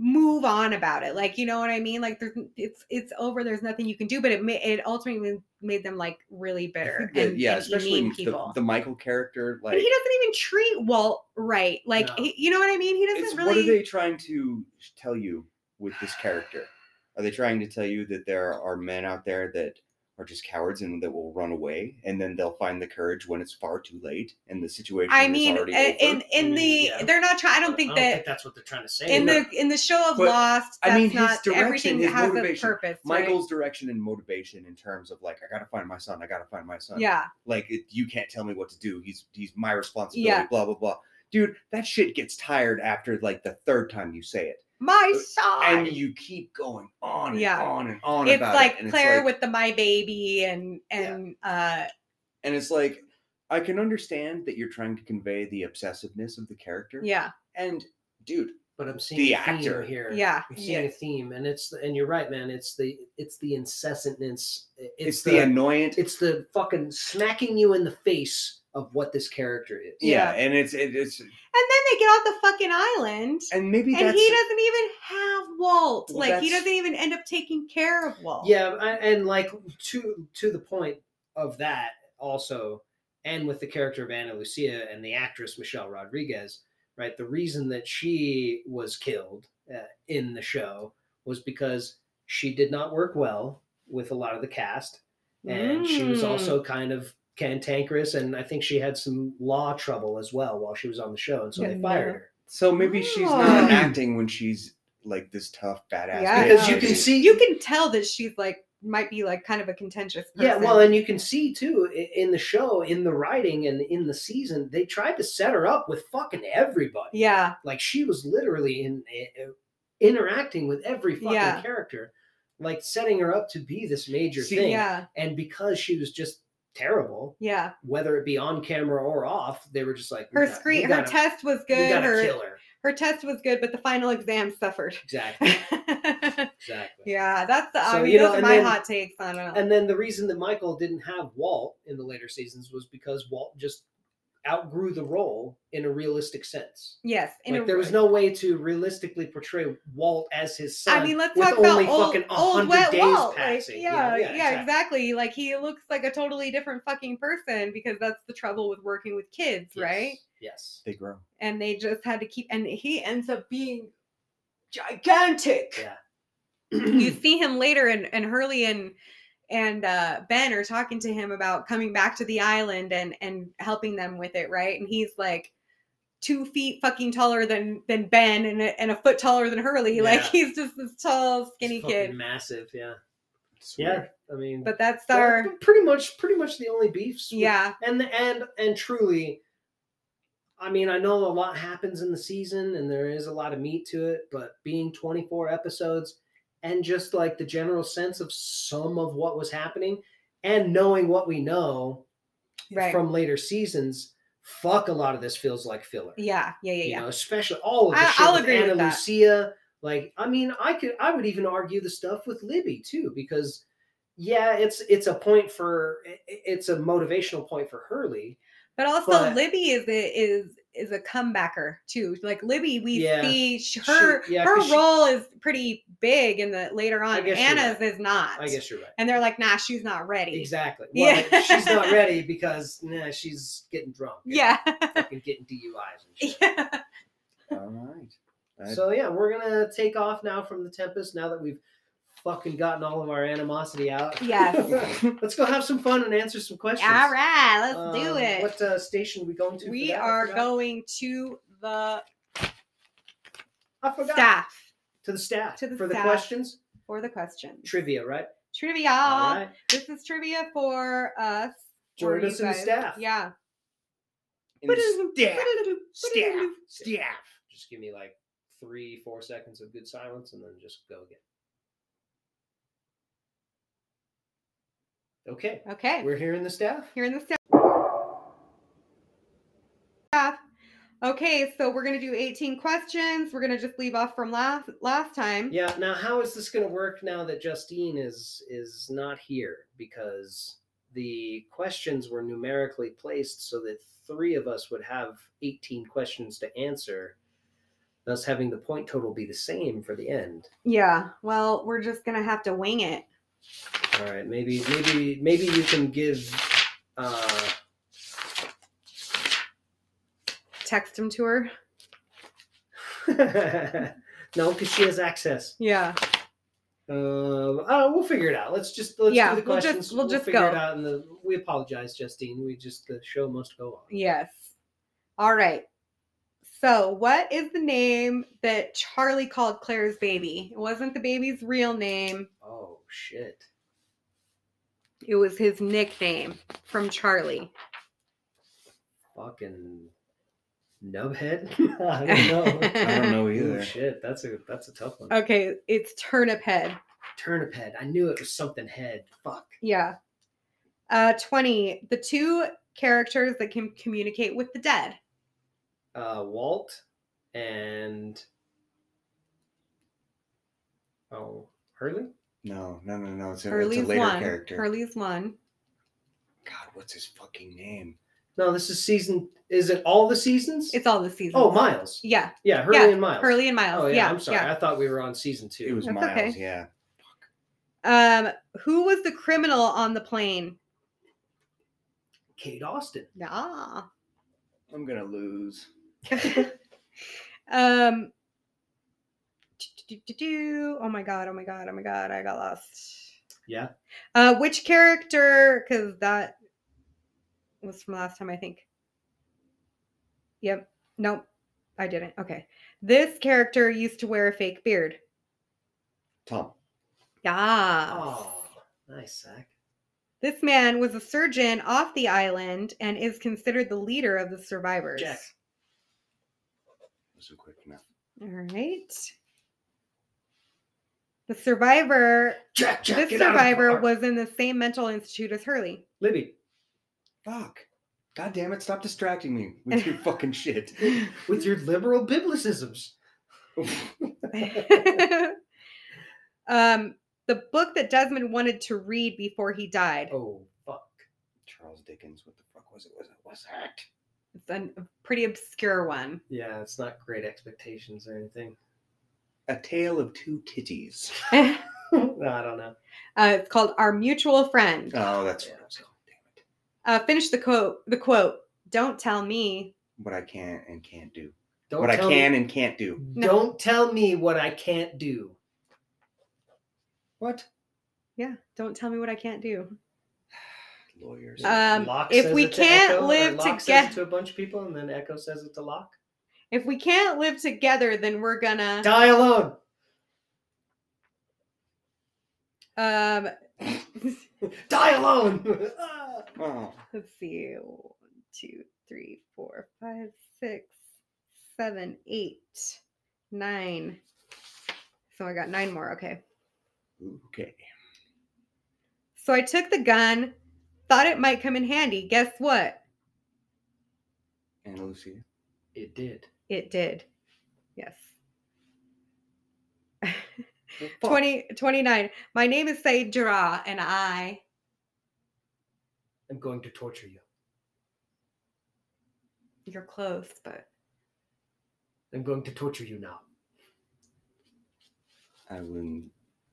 S1: move on about it like you know what i mean like there's it's it's over there's nothing you can do but it ma- it ultimately made them like really
S4: I
S1: bitter
S4: think that-
S1: and,
S4: yeah,
S1: and
S4: especially
S1: mean
S4: with the,
S1: people
S4: the Michael character, like
S1: and he doesn't even treat walt right like
S3: No.
S1: he, you know what i mean he doesn't
S4: it's
S1: really
S4: what are they trying to tell you with this character? Are they trying to tell you that there are men out there that are just cowards and that will run away, and then they'll find the courage when it's far too late and the situation
S1: i
S4: is
S1: mean
S4: already
S1: in
S4: over?
S1: in,
S3: I mean,
S1: in the
S3: yeah.
S1: they're not trying i don't think that
S3: that's what they're trying to say.
S1: in
S3: No.
S1: the in the show of
S4: But,
S1: Lost, that's
S4: I mean, his
S1: not
S4: direction,
S1: everything
S4: his
S1: has a
S4: motivation.
S1: purpose. right?
S4: Michael's direction and motivation in terms of like, I gotta find my son, I gotta find my son.
S1: yeah,
S4: Like it, you can't tell me what to do. He's he's my responsibility.
S1: Yeah.
S4: Blah blah blah. Dude, that shit gets tired after like the third time you say it.
S1: My
S4: And
S1: side.
S4: you keep going on and
S1: Yeah.
S4: on and on
S1: It's
S4: about
S1: like
S4: it. And
S1: Claire
S4: it's like,
S1: with the my baby and and uh
S4: and it's like I can understand that you're trying to convey the obsessiveness of the character.
S1: yeah
S4: And dude,
S3: But I'm seeing a theme
S4: actor.
S3: here.
S1: yeah
S3: I'm seeing a theme, and it's and you're right, man. It's the it's the incessantness. It's,
S4: it's,
S3: the,
S4: the, annoyant
S3: it's the fucking smacking you in the face of what this character is.
S4: yeah, and it's it, it's
S1: and then they get off the fucking island
S4: and maybe
S1: and
S4: that's
S1: he doesn't even have Walt.
S4: Well,
S1: like he
S4: that's-
S1: doesn't even end up taking care of Walt.
S3: Yeah, I- and like to to the point of that also, and with the character of Anna Lucia and the actress Michelle Rodriguez, right? The reason that she was killed uh, in the show was because she did not work well with a lot of the cast, and she was
S1: Mm.
S3: also kind of cantankerous, and I think she had some law trouble as well while she was on the show, and so they
S1: Yeah.
S3: fired her.
S4: so maybe she's
S1: Oh.
S4: not acting when she's like this tough badass.
S1: Yeah.
S4: bitch.
S3: Because you
S4: Maybe-
S3: can see
S1: You can tell that she's like might be like kind of a contentious person.
S3: Yeah, well, and you can see too i- in the show, in the writing, and in the season, they tried to set her up with fucking everybody.
S1: yeah,
S3: Like she was literally in i- i- interacting with every fucking
S1: Yeah.
S3: character, like setting her up to be this major
S4: See,
S3: thing.
S1: yeah,
S3: And because she was just terrible,
S1: yeah.
S3: whether it be on camera or off, they were just like
S1: Her screen, her
S3: test
S1: test was
S3: We
S1: good.
S3: gotta
S1: Her
S3: kill her.
S1: her test was good, but the final exam suffered.
S3: Exactly.
S1: yeah,
S3: Exactly.
S1: that's the. I
S3: So,
S1: mean,
S3: you know,
S1: those are
S3: and
S1: my
S3: then-
S1: hot takes on it.
S3: And then the reason that Michael didn't have Walt in the later seasons was because Walt just outgrew the role in a realistic sense.
S1: yes, in
S3: Like
S1: a
S3: there was
S1: row.
S3: no way to realistically portray Walt as his son.
S1: I mean, let's
S3: with
S1: talk
S3: only
S1: about old,
S3: fucking
S1: old
S3: 100
S1: wet
S3: days
S1: Walt. Like,
S3: passing.
S1: yeah, yeah, exactly.
S3: exactly.
S1: Like he looks like a totally different fucking person because that's the trouble with working with kids, right?
S3: Yes.
S4: they grow.
S1: and they just had to keep and he ends up being gigantic
S3: Yeah.
S1: you
S3: Mm.
S1: see him later and, and hurley and and uh, ben are talking to him about coming back to the island and and helping them with it right and he's like two feet fucking taller than than ben and a, and a foot taller than hurley like
S3: Yeah.
S1: he's just this tall
S3: It's
S1: skinny
S3: fucking
S1: kid
S3: Massive, yeah.
S4: It's
S3: Yeah.
S4: weird.
S3: I mean
S1: but that's
S3: that-
S1: our
S3: pretty much pretty much the only beefs. with-
S1: yeah
S3: And and and truly I mean, I know a lot happens in the season and there is a lot of meat to it, but being 24 episodes and just like the general sense of some of what was happening and knowing what we know
S1: right
S3: from later seasons, fuck a lot of this feels like filler.
S1: yeah yeah yeah
S3: You
S1: yeah
S3: know, especially all of the
S1: I-
S3: shit
S1: I'll
S3: with
S1: agree with
S3: Anna
S1: that.
S3: Lucia. Like, I mean, I could, I would even argue the stuff with Libby too, because yeah, it's it's a point for, i- i- it's a motivational point for Hurley.
S1: But also,
S3: But-
S1: Libby is a, is is a comebacker too. Like Libby, we
S3: Yeah.
S1: see sh- her
S3: yeah,
S1: her
S3: 'cause she-
S1: role is pretty big in the later on.
S3: guess you're
S1: Anna's
S3: right.
S1: is not.
S3: I guess you're right.
S1: And they're like, nah, she's not ready.
S3: Exactly. Well,
S1: Yeah.
S3: she's not ready because nah, she's getting drunk. and
S1: Yeah.
S3: Fucking getting DUIs and shit.
S1: yeah.
S4: All right. I-
S3: So yeah, we're gonna take off now from the Tempest. Now that we've fucking gotten all of our animosity out.
S1: Yes.
S3: Let's go have some fun and answer some questions.
S1: All right, let's do
S3: Um,
S1: it.
S3: What uh, station we going to? for
S1: we
S3: that? I
S1: are
S3: forgot.
S1: going to the
S3: I forgot.
S1: staff
S3: To the staff.
S1: To the
S3: for
S1: staff. Uh,
S3: the questions.
S1: for the questions.
S3: Trivia, right?
S1: Trivia.
S3: All right.
S1: This is trivia for us. for
S3: Join
S1: you
S3: us in the
S1: guys.
S3: staff.
S1: Yeah.
S4: in the
S3: Staff. Staff. Staff. Just give me like three, four seconds of good silence, and then just go again. Okay.
S1: Okay.
S3: We're here in the staff.
S1: here in the staff. Staff. Okay, so we're gonna do 18 questions. We're gonna just leave off from last last time.
S3: Yeah. Now, how is this going to work now that Justine is is not here? Because the questions were numerically placed so that three of us would have 18 questions to answer, thus having the point total be the same for the end.
S1: Yeah. Well, we're just gonna have to wing it.
S3: All right. Maybe maybe maybe you can give. Uh,
S1: Text him to her.
S3: no, because she has access.
S1: Yeah.
S3: Um, I don't know, we'll figure it out. Let's just let's
S1: Yeah,
S3: do the
S1: we'll just-
S3: questions.
S1: we'll just
S3: figure it
S1: go.
S3: out. And the, we apologize, Justine. We just the show must go on.
S1: Yes. All right. So, what is the name that Charlie called Claire's baby? It wasn't the baby's real name.
S3: Oh shit.
S1: It was his nickname from Charlie.
S3: Fucking Nubhead? I don't know.
S4: I don't know
S3: Ooh,
S4: either.
S3: shit, that's a that's a tough one.
S1: Okay, it's turnip head.
S3: Turnip head. I knew it was something head. Fuck.
S1: Yeah. Uh, 20. The two characters that can communicate with the dead.
S3: Uh, Walt and oh Hurley.
S4: No, no, no, no. It's a, it's a
S1: Hurley's
S4: later
S1: one.
S4: character.
S1: Hurley's one.
S4: God, what's his fucking name?
S3: No, this is season. Is it all the seasons?
S1: It's all the season.
S3: oh Miles.
S1: yeah.
S3: Yeah, Hurley
S1: yeah,
S3: and Miles.
S1: Hurley and Miles.
S3: Oh yeah,
S1: yeah,
S3: I'm sorry.
S1: yeah.
S3: I thought we were on season two.
S4: It was
S1: That's
S4: Miles.
S1: okay.
S4: Yeah.
S1: Um, who was the criminal on the plane?
S3: Kate Austin.
S1: Nah.
S4: I'm gonna lose.
S1: um. do-do-do-do-do. Oh my god! Oh my god! Oh my god! I got lost.
S3: Yeah.
S1: Uh, which character? Because that was from last time, I think. Yep. Nope. I didn't. Okay. This character used to wear a fake beard.
S4: Tom.
S1: Yeah.
S3: Oh, nice sack.
S1: This man was a surgeon off the island and is considered the leader of the survivors.
S3: Jack.
S4: Wasn't quick enough.
S1: All right. The survivor,
S4: Jack, Jack,
S1: this
S4: get out of the
S1: survivor
S4: car.
S1: was in the same mental institute as Hurley.
S3: Libby.
S4: Fuck. God damn it! Stop distracting me with your fucking shit.
S3: with your liberal biblicisms.
S1: um, the book that Desmond wanted to read before he died.
S3: Oh fuck.
S4: Charles Dickens. What the fuck was it? Was it? Was that?
S1: It's an- a pretty obscure one.
S3: Yeah, it's not great expectations or anything.
S4: A Tale of Two Titties.
S1: uh,
S3: no, I don't know.
S1: it's called Our Mutual Friend.
S4: Oh, that's what it was called. Damn it.
S1: Uh, finish the quote. The quote. Don't tell me.
S4: What I can and can't do.
S3: Don't
S4: what I
S3: tell
S4: can
S3: Me,
S4: and can't do.
S1: No.
S3: Don't tell me what I can't do. What?
S1: Yeah. Don't tell me what I can't do.
S4: Lawyers.
S3: Uh,
S1: Um,
S3: Locke
S1: if
S3: says
S1: we
S3: it to
S1: can't
S3: Echo, or
S1: live
S3: Locke says
S1: together-
S3: it to a bunch of people, and then Echo says it to Locke.
S1: If we can't live together, then we're gonna.
S3: Die alone.
S1: Um,
S3: Die alone. Ah.
S4: oh,
S1: let's see. One, two, three, four, five, six, seven, eight, nine. So I got nine more. Okay.
S4: okay.
S1: So I took the gun, thought it might come in handy. Guess what?
S4: And Lucy.
S3: it did.
S1: It did. Yes.
S4: Well, fuck.
S1: Twenty twenty-nine. My name is Said Jarrah, and I.
S3: I'm going to torture you.
S1: You're close, but
S3: I'm going to torture you now.
S4: I was,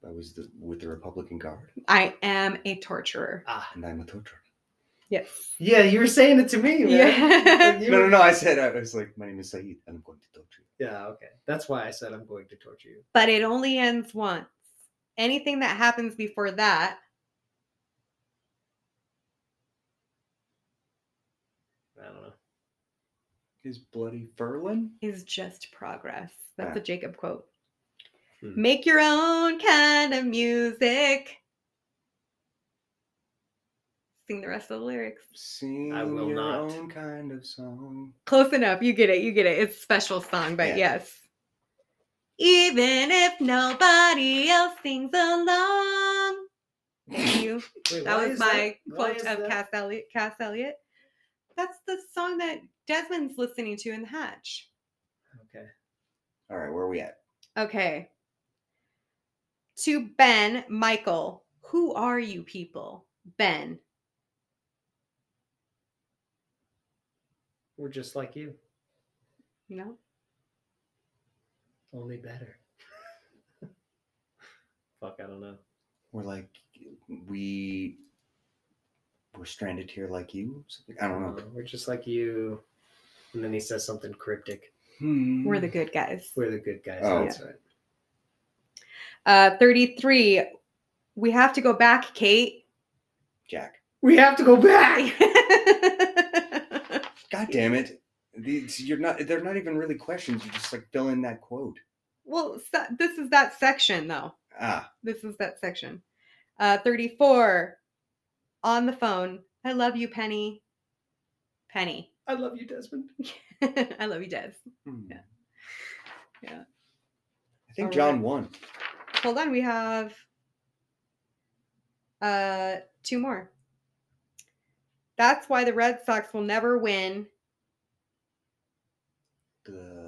S4: I was the, with the Republican Guard,
S1: I am a torturer.
S3: Ah.
S4: and I'm a torturer.
S1: Yes.
S3: Yeah, you were saying it to me, man.
S1: Yeah.
S3: You
S4: No, no,
S3: were-
S4: no. I said I was like, my name is Saeed, and I'm going to torture you.
S3: Yeah, okay. That's why I said I'm going to torture you.
S1: but it only ends once. Anything that happens before that,
S3: I don't know.
S4: Is bloody Furlan?
S1: is just progress. That's
S4: Ah.
S1: a Jacob quote.
S3: Hmm.
S1: Make your own kind of music. Sing the rest of the lyrics.
S4: Sing
S3: will
S4: your
S3: not.
S4: own kind of song.
S1: Close enough. You get it. You get it. It's a special song, but
S4: Yeah.
S1: yes. Even if nobody else sings along. Thank you.
S3: Wait,
S1: That
S3: why
S1: was
S3: is
S1: my
S3: why
S1: quote
S3: is
S1: of
S3: that-
S1: Cass Elliot. Cass Elliot. That's the song that Desmond's listening to in the hatch.
S3: Okay.
S4: All right, where are we at?
S1: Okay. To Ben, Michael, who are you people? Ben.
S3: We're just like you,
S1: You know?
S3: only better. Fuck, I don't know.
S4: We're like, we, we're stranded here like you. Something. I don't know.
S3: Uh, We're just like you. And then he says something cryptic.
S1: We're
S4: Hmm.
S1: the good guys.
S3: We're the good guys.
S4: Oh.
S3: That's right.
S1: Uh 33. We have to go back, Kate.
S4: Jack.
S3: We have to go back.
S4: God damn it! These, you're not. They're not even really questions. You just like fill in that quote.
S1: well, so- this is that section though.
S4: Ah,
S1: This is that section. Uh 34. On the phone. I love you, Penny. Penny.
S3: I love you, Desmond.
S1: I love you, Des.
S4: Hmm.
S1: Yeah. Yeah.
S4: I think
S1: All
S4: John
S1: right.
S4: won.
S1: Hold on, we have uh two more. That's why the Red Sox will never win.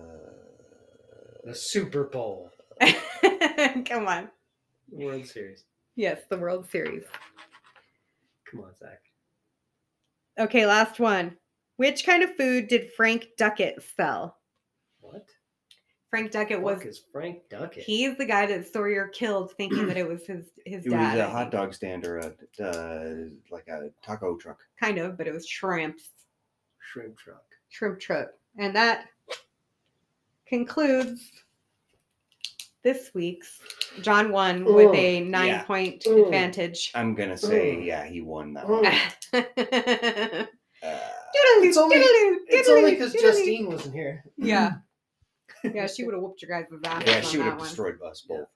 S4: The
S3: The Super Bowl
S1: Come on.
S3: World Series.
S1: Yes, the World Series.
S3: Come on, Zach.
S1: Okay, last one. Which kind of food did Frank Duckett sell?
S3: What?
S1: Frank Duckett
S3: It
S1: was
S3: was is Frank Duckett.
S1: he's the guy that Sawyer killed thinking that it was his his
S4: it
S1: dad.
S4: was a
S1: I
S4: hot
S1: think.
S4: dog stand or a uh, like a taco truck.
S1: Kind of, but it was shrimps.
S3: Shrimp truck.
S1: shrimp truck. And that concludes this week's John won with
S3: Ugh,
S1: a
S3: yeah.
S1: nine point
S3: Ugh.
S1: advantage.
S4: I'm gonna say,
S3: Ooh.
S4: yeah, he won that.
S3: Ooh.
S4: one.
S1: Doodaloo,
S4: Uh,
S3: It's only-
S1: doodaloo,
S3: It's only
S1: doodaloo,
S3: because
S1: doodaloo.
S3: Justine wasn't here.
S1: Yeah. Yeah, she would have whooped your guys' ass.
S4: yeah,
S1: on
S4: she would have
S1: that one.
S4: destroyed us both.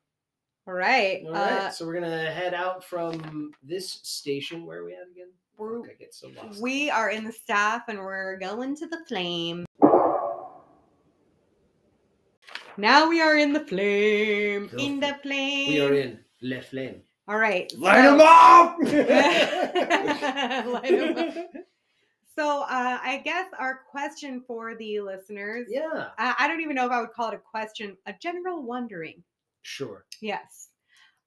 S1: All right.
S3: All right,
S1: uh,
S3: so we're gonna head out from this station. Where are we at again?
S1: We're-
S3: Fuck, I get so lost.
S1: We are in the staff and we're going to the flame. Now we are in the flame.
S3: Go
S1: In
S3: for
S1: the flame.
S3: We are in Le Flame.
S1: All right.
S4: Light
S1: so-
S4: him up!
S1: Light 'em up. So uh, I guess our question for the listeners,
S3: yeah,
S1: I, I don't even know if I would call it a question, a general wondering.
S3: sure.
S1: Yes.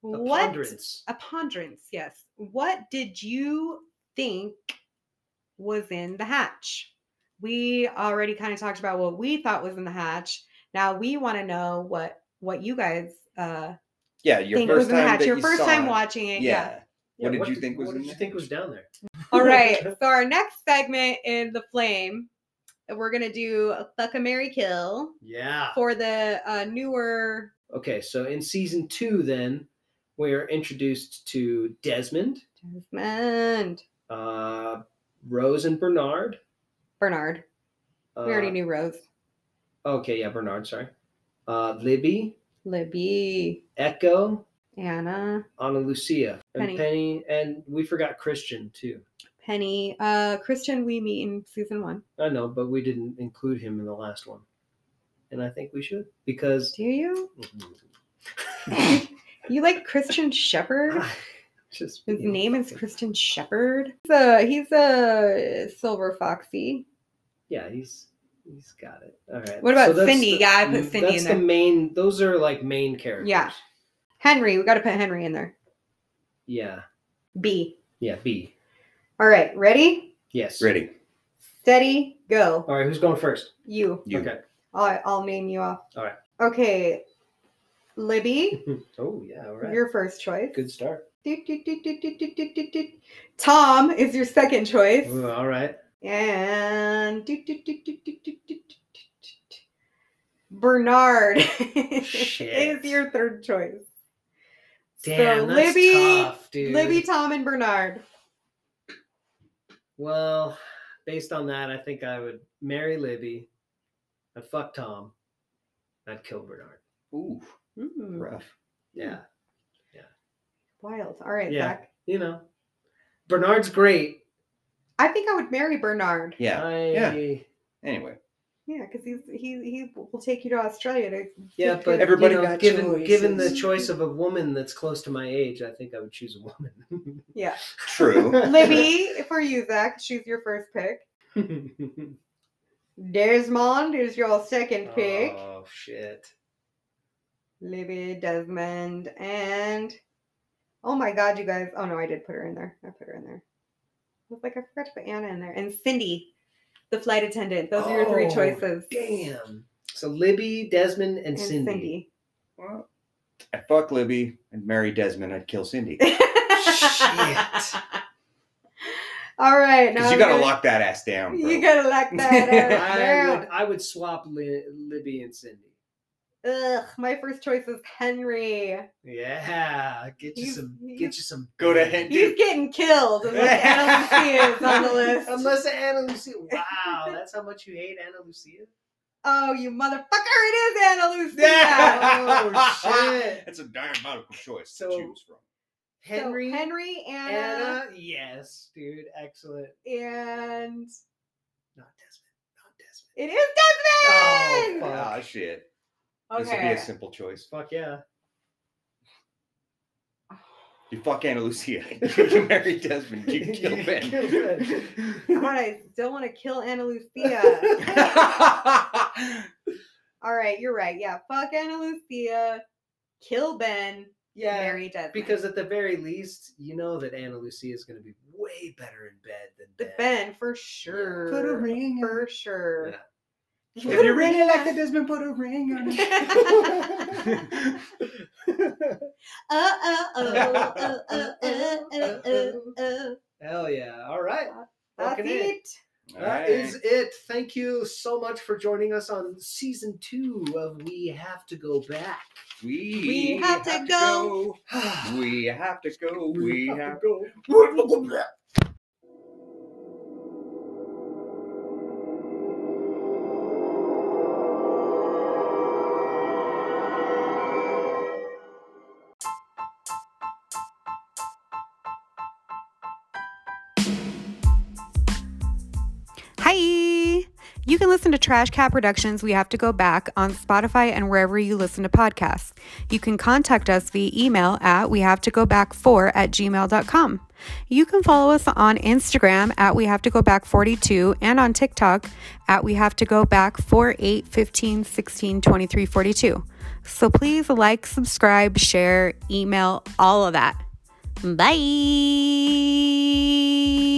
S3: A
S1: what Uh,
S3: ponderance.
S1: a ponderance, yes. What did you think was in the hatch? We already kind of talked about what we thought was in the hatch. Now we want to know what what you guys uh
S4: Yeah, your
S1: think was
S4: first
S1: in the
S4: time.
S1: hatch.
S4: that
S1: Your
S4: you
S1: first
S4: saw
S1: time
S4: it.
S1: watching it. yeah.
S4: Yeah. What did you think was
S3: What
S4: in
S3: did you
S4: there?
S3: think was down there?
S1: All right. So our next segment in the flame, we're gonna do a fuck a Mary Kill
S3: Yeah.
S1: for the uh, newer.
S3: Okay, so in season two, then we are introduced to Desmond,
S1: And
S3: uh, Rose, and Bernard.
S1: Bernard.
S3: Uh,
S1: We already knew Rose.
S3: Okay, yeah, Bernard. Sorry, uh, Libby,
S1: Libby,
S3: Echo,
S1: Anna,
S3: Ana Lucia, and
S1: Penny.
S3: Penny, and we forgot Christian too.
S1: Penny, uh, Christian. We meet in season one.
S3: I know, but we didn't include him in the last one. And I think we should because
S1: Do you? You like Christian Shepherd?
S3: just
S1: His
S3: you know,
S1: name is
S3: fucking-
S1: Christian Shepherd. He's a, he's a silver foxy.
S3: Yeah, he's he's got it. All right.
S1: What about
S3: that's
S1: Cindy?
S3: the-
S1: Yeah, I put Cindy
S3: That's
S1: in
S3: the
S1: there.
S3: main. Those are like main characters.
S1: Henry. We got to put Henry in there.
S3: Yeah.
S1: B.
S3: Yeah. B.
S1: All right. Ready?
S3: Yes.
S4: Ready?
S1: Steady, go.
S3: All right. Who's going first?
S1: You.
S4: You.
S3: Okay.
S1: I'll, I'll name you off.
S3: All right.
S1: Okay. Libby,
S3: Oh yeah. All right.
S1: your first choice.
S3: Good start.
S1: Doot, doot, doot, doot, doot, doot, doot, doot, doot. Tom is your second choice.
S3: Ooh, all right.
S1: And doot, doot, doot, doot, doot, doot, doot, doot, doot. Bernard
S3: Shit.
S1: is your third choice.
S3: Damn,
S1: so
S3: that's
S1: Libby,
S3: tough, dude.
S1: Libby, Tom, and Bernard.
S3: Well, based on that, I think I would marry Libby. I'd fuck Tom. I'd kill Bernard.
S4: Ooh,
S1: Mm,
S4: rough.
S3: Yeah.
S1: Wild. All right,
S3: Yeah.
S1: Zach.
S3: You know, Bernard's great.
S1: I think I would marry Bernard.
S4: Yeah.
S3: I,
S4: yeah. Anyway,
S1: Yeah, because he's he he will take you to Australia to
S3: Yeah, but
S4: Everybody
S3: you know,
S4: got
S3: given given the
S4: choices.
S3: choice of a woman that's close to my age, I think I would choose a woman.
S1: Yeah.
S4: true.
S1: Libby, for you, Zach, she's your first pick. Desmond is your second pick.
S3: Oh shit!
S1: Libby, Desmond, and oh my god, you guys. Oh no, I did put her in there. I put her in there. I was like, I forgot to put Anna in there. And Cindy, the flight attendant. Those are your three
S3: Oh,
S1: choices.
S3: Damn. So Libby, Desmond, and,
S1: And
S3: Cindy.
S1: Cindy.
S4: Well, I'd fuck Libby and marry Desmond. I'd kill Cindy.
S3: Shit.
S1: All right. Now
S4: Because you
S1: I'm
S4: gotta
S1: gonna-
S4: lock that ass down. Bro.
S1: You gotta lock that out.
S3: I
S1: down.
S3: would, I would swap Li- Libby and Cindy.
S1: Ugh, my first choice is Henry.
S3: Yeah, get you
S1: He's-
S3: some,
S1: he's-
S3: get you some.
S4: Go to
S3: big-
S4: Hen-
S1: He's getting killed unless Anna Lucia is on the list.
S3: Unless Anna Lucia. Wow, that's how much you hate Anna Lucia.
S1: Oh, you motherfucker! It is Anna Lucia.
S3: Oh, shit.
S4: That's a diabolical choice
S3: So-
S4: to choose from.
S1: So,
S3: Henry,
S1: Henry, Anna,
S3: Anna. Yes, dude, excellent.
S1: and
S3: No,
S5: It is Desmond!
S3: Fuck.
S4: Ah, shit. This will be
S5: okay.
S4: a simple choice.
S3: Fuck yeah.
S4: You fuck Anna Lucia. You marry Desmond. You kill
S3: You
S4: Ben.
S3: kill Ben.
S5: God, I still want to kill Anna Lucia. All right, you're right. Yeah, fuck Anna Lucia, kill Ben,
S3: yeah.
S5: marry Desmond.
S3: Because at the very least, you know that Anna Lucia is going to be way better in bed than
S5: The
S3: Ben.
S5: Ben for sure.
S4: Put a ring in-
S5: for sure.
S3: Yeah.
S5: You
S4: If
S5: put a
S4: you really
S5: ring
S4: like
S5: on-
S4: the Desmond, put a ring on it.
S5: oh, oh, oh, oh, oh, oh, oh, oh, oh.
S3: Hell yeah. All right.
S5: That's
S3: Fucking A.
S5: it.
S3: That is it. Thank you so much for joining us on season two of We Have to Go Back.
S4: We,
S5: We have to go.
S4: go. We have to go. We have
S3: go.
S4: to.
S5: Hi! You can listen to Trash Cat Productions We Have to Go Back on Spotify and wherever you listen to podcasts. You can contact us via email at we have to go back 4 at gmail.com. You can follow us on Instagram at we have to go back 42 and on TikTok at we have to go back 4, 8, 15, 16, 23, 42. So please like, subscribe, share, email, all of that. Bye!